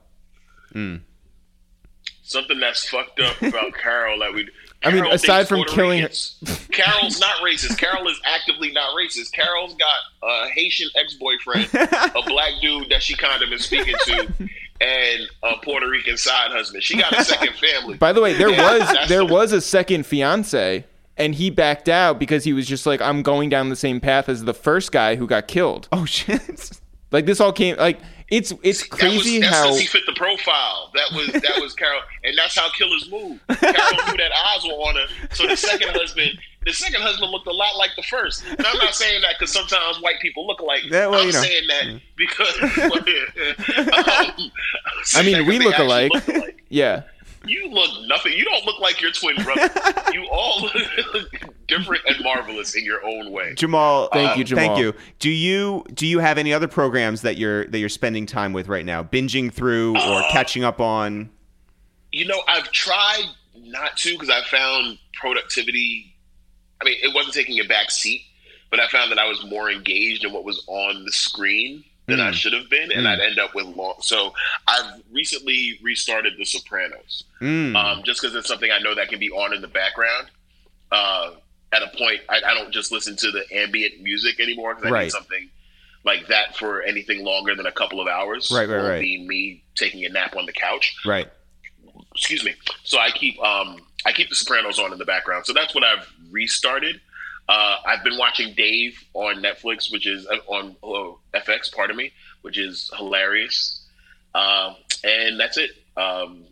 S5: something that's fucked up about Carol that we.
S2: I mean,
S5: Carol
S2: aside
S5: dates
S2: from
S5: Puerto
S2: killing her-
S5: Ricans. Carol's
S2: [laughs]
S5: not racist. Carol is actively not racist. Carol's got a Haitian ex-boyfriend,
S2: [laughs]
S5: a black dude that she kind of been speaking to, and a Puerto Rican side husband. She got
S2: [laughs]
S5: a second family.
S2: By the way, there
S5: Yeah,
S2: was
S5: that's
S2: there
S5: the-
S2: was a second fiance, and he backed out because he was just like, I'm going down the same path as the first guy who got killed.
S1: Oh [laughs] shit.
S2: Like this all came like it's it's crazy
S5: that was,
S2: how
S5: that's 'cause he fit the profile. That was that was Carol, and that's how killers move. Carol knew that eyes were on her, so the second husband, the second husband looked a lot like the first. And I'm not saying that because sometimes white people look alike.
S1: That- well,
S5: I'm
S1: you know.
S5: saying that because
S2: [laughs]
S5: [laughs] um, I'm saying
S2: I mean,
S5: that 'cause
S2: we
S5: they
S2: look
S5: actually
S2: alike.
S5: look alike.
S2: [laughs] yeah.
S5: You look nothing. You don't look like your twin brother. you all [laughs] look different and marvelous in your own way.
S1: Jamal,
S2: Thank
S1: uh,
S2: you, Jamal.
S1: Thank you. Do you do you have any other programs that you're that you're spending time with right now, binging through or
S2: Uh,
S1: catching up on?
S5: you know, I've tried not to because I found productivity. I mean, it wasn't taking a back seat, but I found that I was more engaged in what was on the screen than
S1: Mm.
S5: I should have been, and I'd end up with long. So I've recently restarted The Sopranos,
S1: Mm.
S2: uh,
S5: um, just because it's something I know that can be on in the background. Uh, at a point, I, I don't just listen to the ambient music anymore because I
S1: Right.
S5: need something like that for anything longer than a couple of hours.
S1: Right, right,
S5: Won't
S1: right.
S5: Be me taking a nap on the couch
S1: right.
S5: excuse me. So I keep um I keep the Sopranos on in the background. So that's what I've restarted. Uh, I've been watching Dave on Netflix, which is uh, on oh, FX. Pardon me, which is hilarious. Um, and that's it. Um,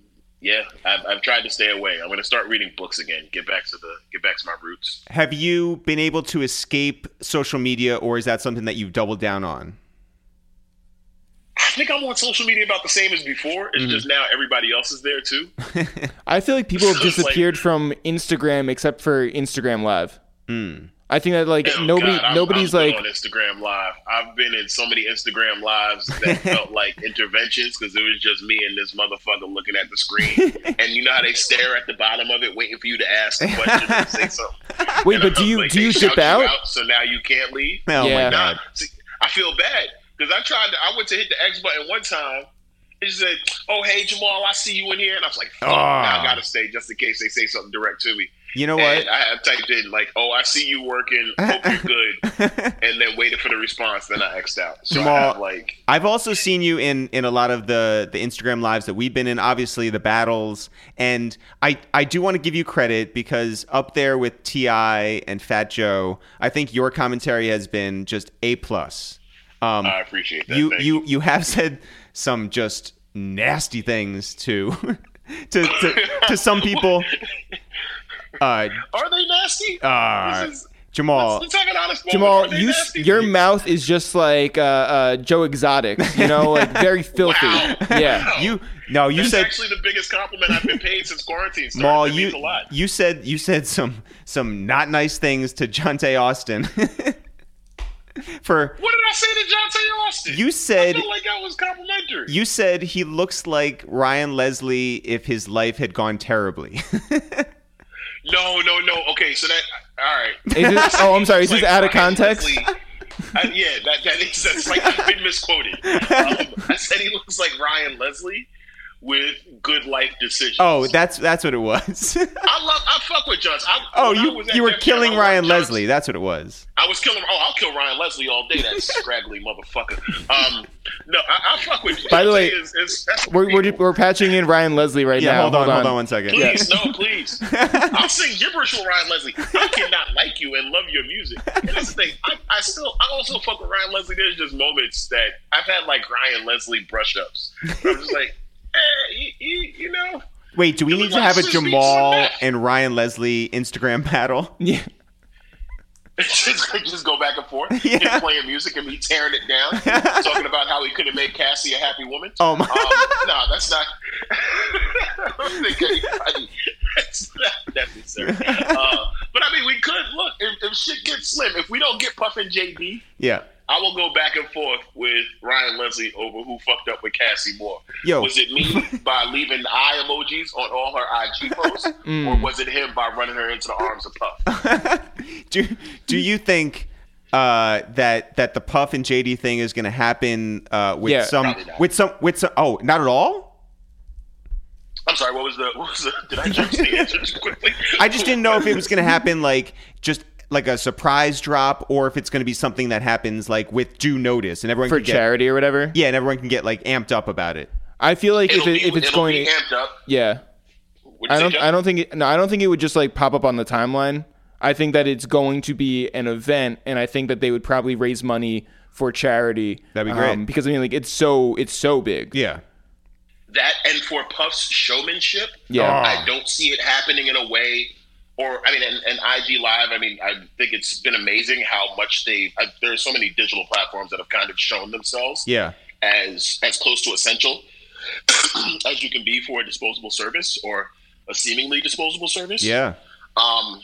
S5: yeah, I've, I've tried to stay away. I'm going to start reading books again. Get back to the get back to my roots.
S1: Have you been able to escape social media, or is that something that you've doubled down on?
S5: I think I'm on social media about the same as before. It's just now everybody else is there too.
S2: I feel like
S5: [laughs]
S2: people have
S5: It's like-
S2: disappeared from Instagram except for Instagram Live.
S1: Hmm.
S2: I think that like
S5: Oh,
S2: nobody
S5: God, I'm-
S2: nobody's
S5: I'm good
S2: like
S5: on Instagram Live. I've been in so many Instagram lives
S2: [laughs]
S5: that felt like interventions because it was just me and this motherfucker looking at the screen, and you know how they stare at the bottom of it, waiting for you to ask a question
S2: [laughs]
S5: or say something.
S2: wait,
S5: And [laughs]
S2: but do
S5: I'm
S2: you
S5: like,
S2: do
S5: they
S2: you
S5: shout
S2: dip out?
S5: So now you can't leave.
S1: Oh
S2: Yeah.
S1: my
S5: Nah,
S1: god.
S5: see, I feel bad because I tried to. I went to hit the X button one time. It just said, "Oh hey Jamal, I see you in here," and I was like, "Fuck,
S2: Ah.
S5: now I gotta stay just in case they say something direct to me."
S1: You know what?
S5: And I have typed in like, "Oh, I see you working. Hope you're
S1: [laughs]
S5: good," and then waited for the response. Then I xed out. So
S1: Jamal-
S5: I have, like,
S1: I've also seen you in in a lot of the the Instagram lives that we've been in, obviously the battles, and I I do want to give you credit because up there with Ti and Fat Joe, I think your commentary has been just a plus. Um,
S5: I appreciate that.
S1: you
S5: Thank
S1: you you have said some just nasty things to [laughs] to, to to some people.
S5: [laughs]
S1: Uh,
S5: are they nasty?
S1: uh,
S5: This is-
S1: Jamal,
S5: Let's have an honest moment. Are
S2: Jamal,
S5: they
S2: you
S5: nasty?
S2: your mouth is just like uh, uh, Joe Exotic, you know, like very filthy.
S5: [laughs] Wow.
S2: Yeah.
S1: you no, you
S5: That's
S1: said
S5: actually the biggest compliment I've been paid since quarantine. started.
S1: Maul,
S5: That
S1: you
S5: means a lot.
S1: you said you said some some not nice things to Jonte Austin [laughs] for
S5: What did I say to John T. Austin?
S1: you said
S5: I feel like I was complimentary.
S1: you said he looks like Ryan Leslie if his life had gone terribly. [laughs]
S5: no, no, no. Okay, so that all right.
S2: Is this, oh, I'm sorry. Is
S5: It's
S2: this out of
S5: Ryan
S2: context?
S5: Leslie- I- yeah, that, that is that's like I've been misquoted. Um, I said he looks like Ryan Leslie with good life decisions.
S1: Oh, that's that's what it was. [laughs]
S5: I love. I fuck with Johnson. I,
S1: oh,
S5: when I
S1: you
S5: was at
S1: you were
S5: that
S1: killing
S5: camp, I
S1: Ryan
S5: loved Johnson.
S1: Leslie. That's what it was.
S5: I was killing. Oh, I'll kill Ryan Leslie all day. That scraggly motherfucker. Um, no, I, I fuck with.
S2: By the way,
S5: it's, it's, that's
S2: We're, we're, we're patching in Ryan Leslie right
S1: Yeah,
S2: now.
S1: hold on, hold on one second. Yeah.
S5: Please, no, please. I'll sing gibberish with Ryan Leslie. I cannot like you and love your music. And that's the thing. I, I still, I also fuck with Ryan Leslie. There's just moments that I've had like Ryan Leslie brush ups. I'm just like, [laughs] eh, you, you, you know,
S1: [laughs]
S5: [laughs]
S1: Wait, do we
S5: It
S1: need
S5: was
S1: to
S5: like
S1: have a
S5: six weeks on
S1: Jamal
S5: that.
S1: and Ryan Leslie Instagram battle?
S2: [laughs]
S1: [laughs]
S2: Yeah.
S5: just, just go back and forth.
S1: Yeah.
S5: Him playing music and me tearing it down, talking about how he couldn't make Cassie a happy woman.
S1: [laughs] Oh my-
S5: Um, [laughs] no, that's not. I don't think anybody- that's not necessary. Uh, but I mean, we could look if, if shit gets slim. If we don't get Puff and JD,
S1: Yeah.
S5: I will go back and forth with Ryan Leslie over who fucked up with Cassie more.
S1: Yo.
S5: Was it me
S2: [laughs]
S5: by leaving the eye emojis on all her IG posts,
S2: Mm.
S5: or was it him by running her into the arms of Puff?
S1: do do you think uh, that that the Puff and JD thing is going to happen uh, with
S2: Yeah.
S1: some
S5: Probably not.
S1: with some with some? Oh, not at all.
S5: I'm sorry. What was the? What was the? Did I jump to the answer too quickly?
S1: I just didn't know if it was going to happen like just like a surprise drop, or if it's going to be something that happens like with due notice, and everyone
S2: For
S1: can get,
S2: charity or whatever.
S1: Yeah, and everyone can get like amped up about it.
S2: I feel like if,
S5: It'll
S2: it,
S5: be-
S2: if it's
S5: it'll
S2: going
S5: be amped up.
S2: Yeah.
S5: What'd you
S2: I
S5: say,
S2: don't
S5: Jeff?
S2: I don't think it, no, I don't think it would just like pop up on the timeline. I think that it's going to be an event and I think that they would probably raise money for charity. um,
S1: That'd be great.
S2: because I mean like it's so it's so big.
S1: Yeah.
S5: that and for Puff's showmanship,
S2: Yeah.
S5: I don't see it happening in a way. Or I mean, and, and IG Live. I mean, I think it's been amazing how much they. I, there are so many digital platforms that have kind of shown themselves
S1: Yeah.
S5: as as close to essential [clears throat] as you can be for a disposable service or a seemingly disposable service.
S1: Yeah.
S5: Um,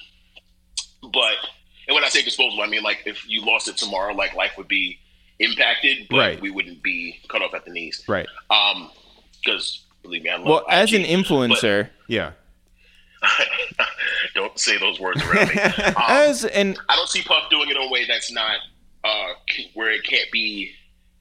S5: but and when I say disposable, I mean like if you lost it tomorrow, like life would be impacted, but
S1: Right.
S5: we wouldn't be cut off at the knees.
S1: Right.
S5: Um, because believe me, Oh, I love.
S2: Well, as an
S5: IG.
S2: influencer,
S1: Yeah.
S5: [laughs] don't say those words around me.
S2: [laughs]
S5: Um,
S2: as an
S5: I don't see Puff doing it in a way that's not uh, c- where it can't be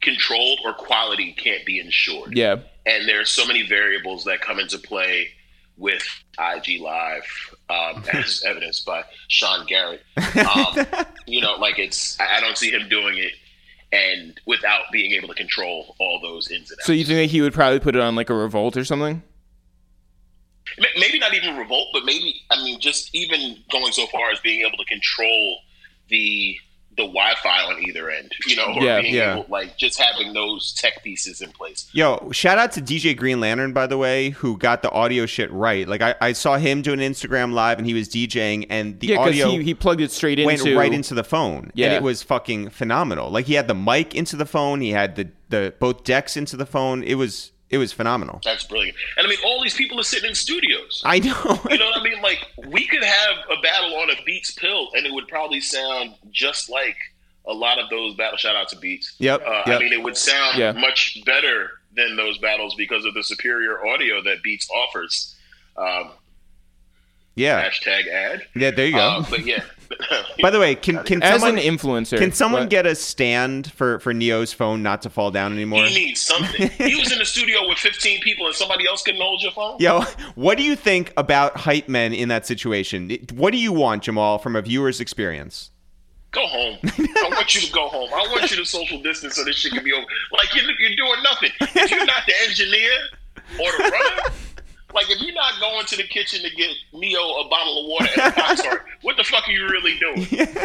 S5: controlled or quality can't be ensured.
S2: yeah,
S5: and there are so many variables that come into play with IG Live,
S2: [laughs]
S5: um, as evidenced by Sean Garrett. Um, you know, like it's I I don't see him doing it and without being able to control all those ins and outs.
S2: so you think that he would probably put it on like a revolt or something?
S5: Ma- maybe not even revolt, but maybe I mean just even going so far as being able to control the the Wi-Fi on either end, you know, or
S2: Yeah,
S5: being
S1: yeah.
S5: able like just having those tech pieces in place.
S1: Yo, shout out to DJ Green Lantern, by the way, who got the audio shit right. Like, I, I saw him do an Instagram live and he was DJing, and the
S2: Yeah, because
S1: audio
S2: he, he plugged it straight into
S1: went right into the phone. And
S2: Yeah.
S1: it was fucking phenomenal. Like, he had the mic into the phone, he had the, the both decks into the phone. It was it was phenomenal.
S5: That's brilliant. And I mean, all these people are sitting in studios.
S1: I
S2: [laughs]
S1: know.
S5: You know what I mean? Like we could have a battle on a Beats pill, and it would probably sound just like a lot of those battle. Shout out to Beats.
S1: Yep,
S5: Uh,
S1: yep.
S5: I mean, it would sound
S2: Yeah.
S5: much better than those battles because of the superior audio that Beats offers. Um,
S1: yeah.
S5: hashtag ad.
S1: Yeah, there you go.
S5: Uh, but yeah. [laughs]
S1: by the way, can, can
S2: Um, as
S1: someone.
S2: an influencer.
S1: can someone
S2: what-
S1: get a stand for, for Neo's phone not to fall down anymore?
S5: he needs something. He was in the studio with 15 people, and somebody else couldn't hold your phone.
S1: Yo, what do you think about hype men in that situation? What do you want, Jamal, from a viewer's experience?
S5: Go home. I want you to go home. I want you to social distance so this shit can be over. Like you're, you're doing nothing. If you're not the engineer or the runner, like if you're not going to the kitchen to get Neo a bottle of water and a box art, what the fuck are you really doing?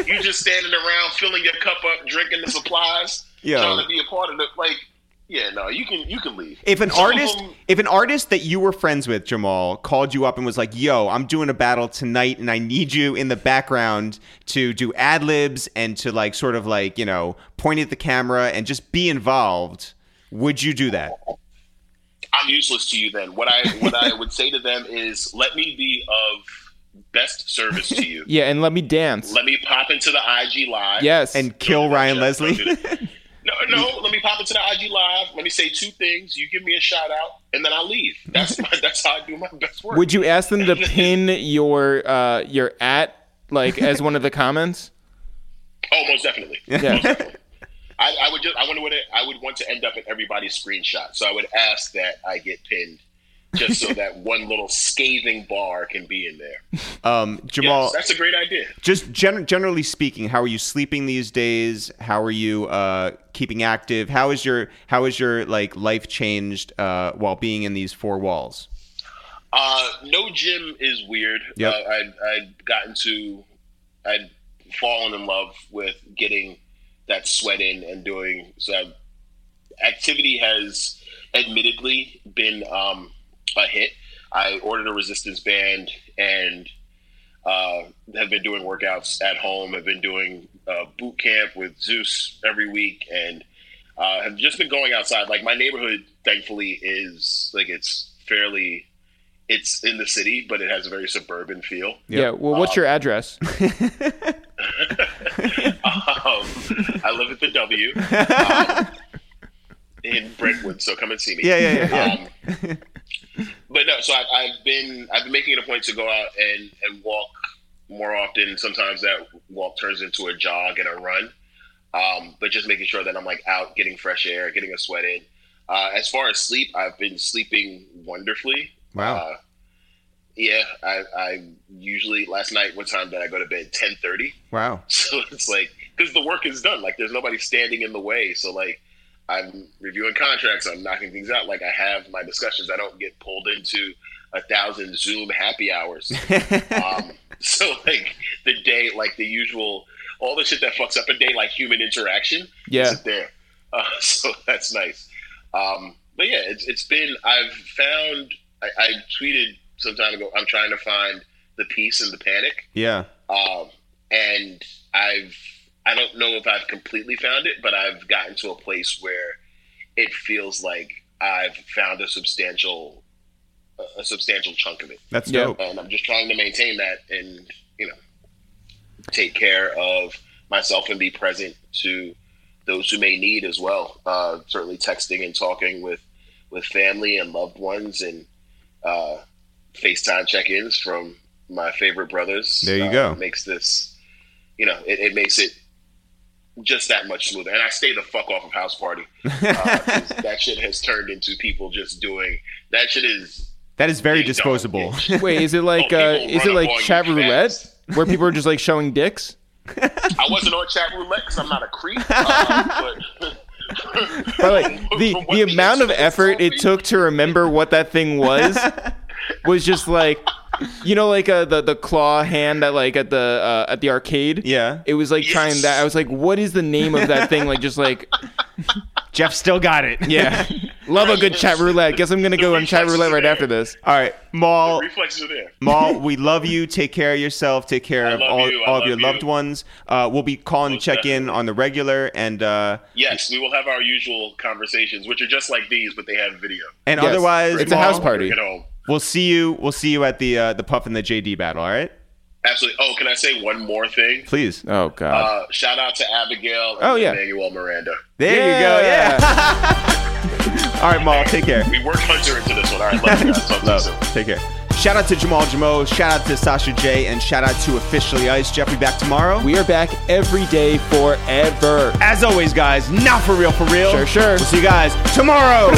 S5: You just standing around filling your cup up, drinking the supplies,
S1: Yo.
S5: trying to be a part of the like. Yeah, no, you can you can leave. [laughs]
S1: If an
S5: Some of
S1: artist,
S5: them-
S1: if an artist that you were friends with, Jamal, called you up and was like, "Yo, I'm doing a battle tonight, and I need you in the background to do ad libs and to like sort of like you know point at the camera and just be involved," would you do that?
S5: I'm useless to you then. What I what I would say to them is let me be of best service
S2: [laughs]
S5: to you.
S2: Yeah, and let me dance.
S5: Let me pop into the IG live.
S2: yes,
S1: And kill Ryan
S5: Don't do
S1: Leslie?
S5: that. Don't do that. No, no. Let me pop into the IG live. Let me say two things. You give me a shout out, and then I leave. That's my, that's how I do my best work.
S2: would you ask
S5: [laughs]
S2: them to pin your uh your at like as one of the comments?
S5: oh, most definitely.
S2: Yeah.
S5: Most definitely. I, I would just. I wonder what it, I would want to end up in everybody's screenshot. So I would ask that I get pinned just so that one little scathing bar can be in there.
S1: [laughs] Um, Jamal,
S5: Yes, that's a great idea.
S1: just gen- generally speaking, how are you sleeping these days? How are you uh, keeping active? How is your how is your like life changed uh, while being in these four walls?
S5: Uh, no gym is weird.
S1: Yep.
S5: Uh, I'd, I'd gotten to, I'd fallen in love with getting that sweat in and doing so. I've- activity has admittedly been um, a hit. I ordered a resistance band and uh, have been doing workouts at home. Have been doing uh, boot camp with Zeus every week, and uh, have just been going outside. Like my neighborhood, thankfully, is like it's fairly. It's in the city, but it has a very suburban
S1: [laughs]
S5: feel.
S2: Yeah. Well, what's your address?
S5: Um, I live at the
S1: [laughs]
S5: W um, in Brentwood, so come and see me.
S1: Yeah, yeah, yeah, yeah.
S5: Um, but no, so I've, I've been I've been making it a point to go out and, and walk more often. Sometimes that walk turns into a jog and a run. Um, but just making sure that I'm like out, getting fresh air, getting a sweat in. Uh, as far as sleep, I've been sleeping wonderfully.
S1: Wow.
S5: Uh, yeah, I, I usually last night. What time did I go to bed? Ten thirty. [laughs]
S1: Wow.
S5: So it's like because the work is done. Like there's nobody standing in the way. So like I'm reviewing contracts. I'm knocking things out. Like I have my discussions. I don't get pulled into a thousand Zoom happy hours. um, so like the day, like the usual, all the shit that fucks up a day, like human interaction. [laughs]
S2: Yeah.
S5: Sit there. Uh, so that's nice. Um, but yeah, it's, it's been. I've found. I, I tweeted some time ago. I'm trying to find the peace in the panic
S1: Yeah.
S5: um, and I've I don't know if I've completely found it, but I've gotten to a place where it feels like I've found a substantial a- a substantial chunk of it,
S1: That's
S2: Yeah.
S1: dope.
S5: and I'm just trying to maintain that and you know take care of myself and be present to those who may need as well. Uh, certainly, texting and talking with with family and loved ones and uh, FaceTime check-ins from my favorite brothers.
S1: There you
S5: uh,
S1: go.
S5: Makes this, you know, it, it makes it just that much smoother. And I stay the fuck off of house
S1: [laughs]
S5: party. Uh, 'cause that shit has turned into people just doing that shit is
S1: That is very
S5: Big dog,
S1: disposable. [laughs]
S2: Wait, is it like
S5: Oh,
S2: uh,
S5: people
S2: is
S5: run
S2: it
S5: up
S2: like
S5: on you
S2: chat roulette
S5: fast.
S2: where people are just like showing dicks?
S5: I wasn't on chat roulette because I'm not
S2: [laughs]
S5: a creep. Uh, but
S2: But
S5: [laughs]
S2: like the
S5: From what
S2: the
S5: the
S2: amount of
S5: instructor
S2: effort
S5: told
S2: it
S5: me.
S2: took to remember what that thing was was just like you know like uh, the the claw hand that like at the uh, at the arcade.
S1: yeah.
S2: It was like trying that. I was like, "What is the name of that thing?" Like, just like,
S1: Jeff still got it. [laughs]
S2: yeah, [laughs] love a good chat roulette. Guess I'm gonna go on chat roulette right after this.
S1: All right, Maul.
S5: reflexes are there.
S1: Maul, we love you. Take care of yourself. Take care of
S5: love
S1: all,
S5: you. I
S1: all of
S5: love
S1: your loved
S5: you.
S1: ones. Uh, we'll be calling to
S5: Most
S1: check in on the regular and uh,
S5: Yes, we will have our usual conversations, which are just like these, but they have video. Um,
S1: and
S2: Yes.
S1: otherwise,
S2: It's a
S1: Maul,
S2: house party.
S5: At home.
S1: We'll see you. We'll see you at the uh, the Puff and the JD battle. All right,
S5: Absolutely. Oh, can I say one more thing?
S1: please.
S2: Oh God.
S5: Uh, shout out to Abigail and
S2: Oh, yeah.
S5: Emmanuel Miranda.
S1: There you go. Yeah. all right, Maul. Take care.
S5: We worked Hunter into this one. All right,
S2: [laughs]
S5: love you guys. Talk to you soon.
S1: Love. Take care. Shout out to Jamal Jamo. Shout out to Sasha J. And shout out to Officially Ice. Jeff, we back tomorrow.
S2: we are back every day forever.
S1: As always, guys, not for real, for real.
S2: Sure, sure.
S1: We'll see you guys tomorrow.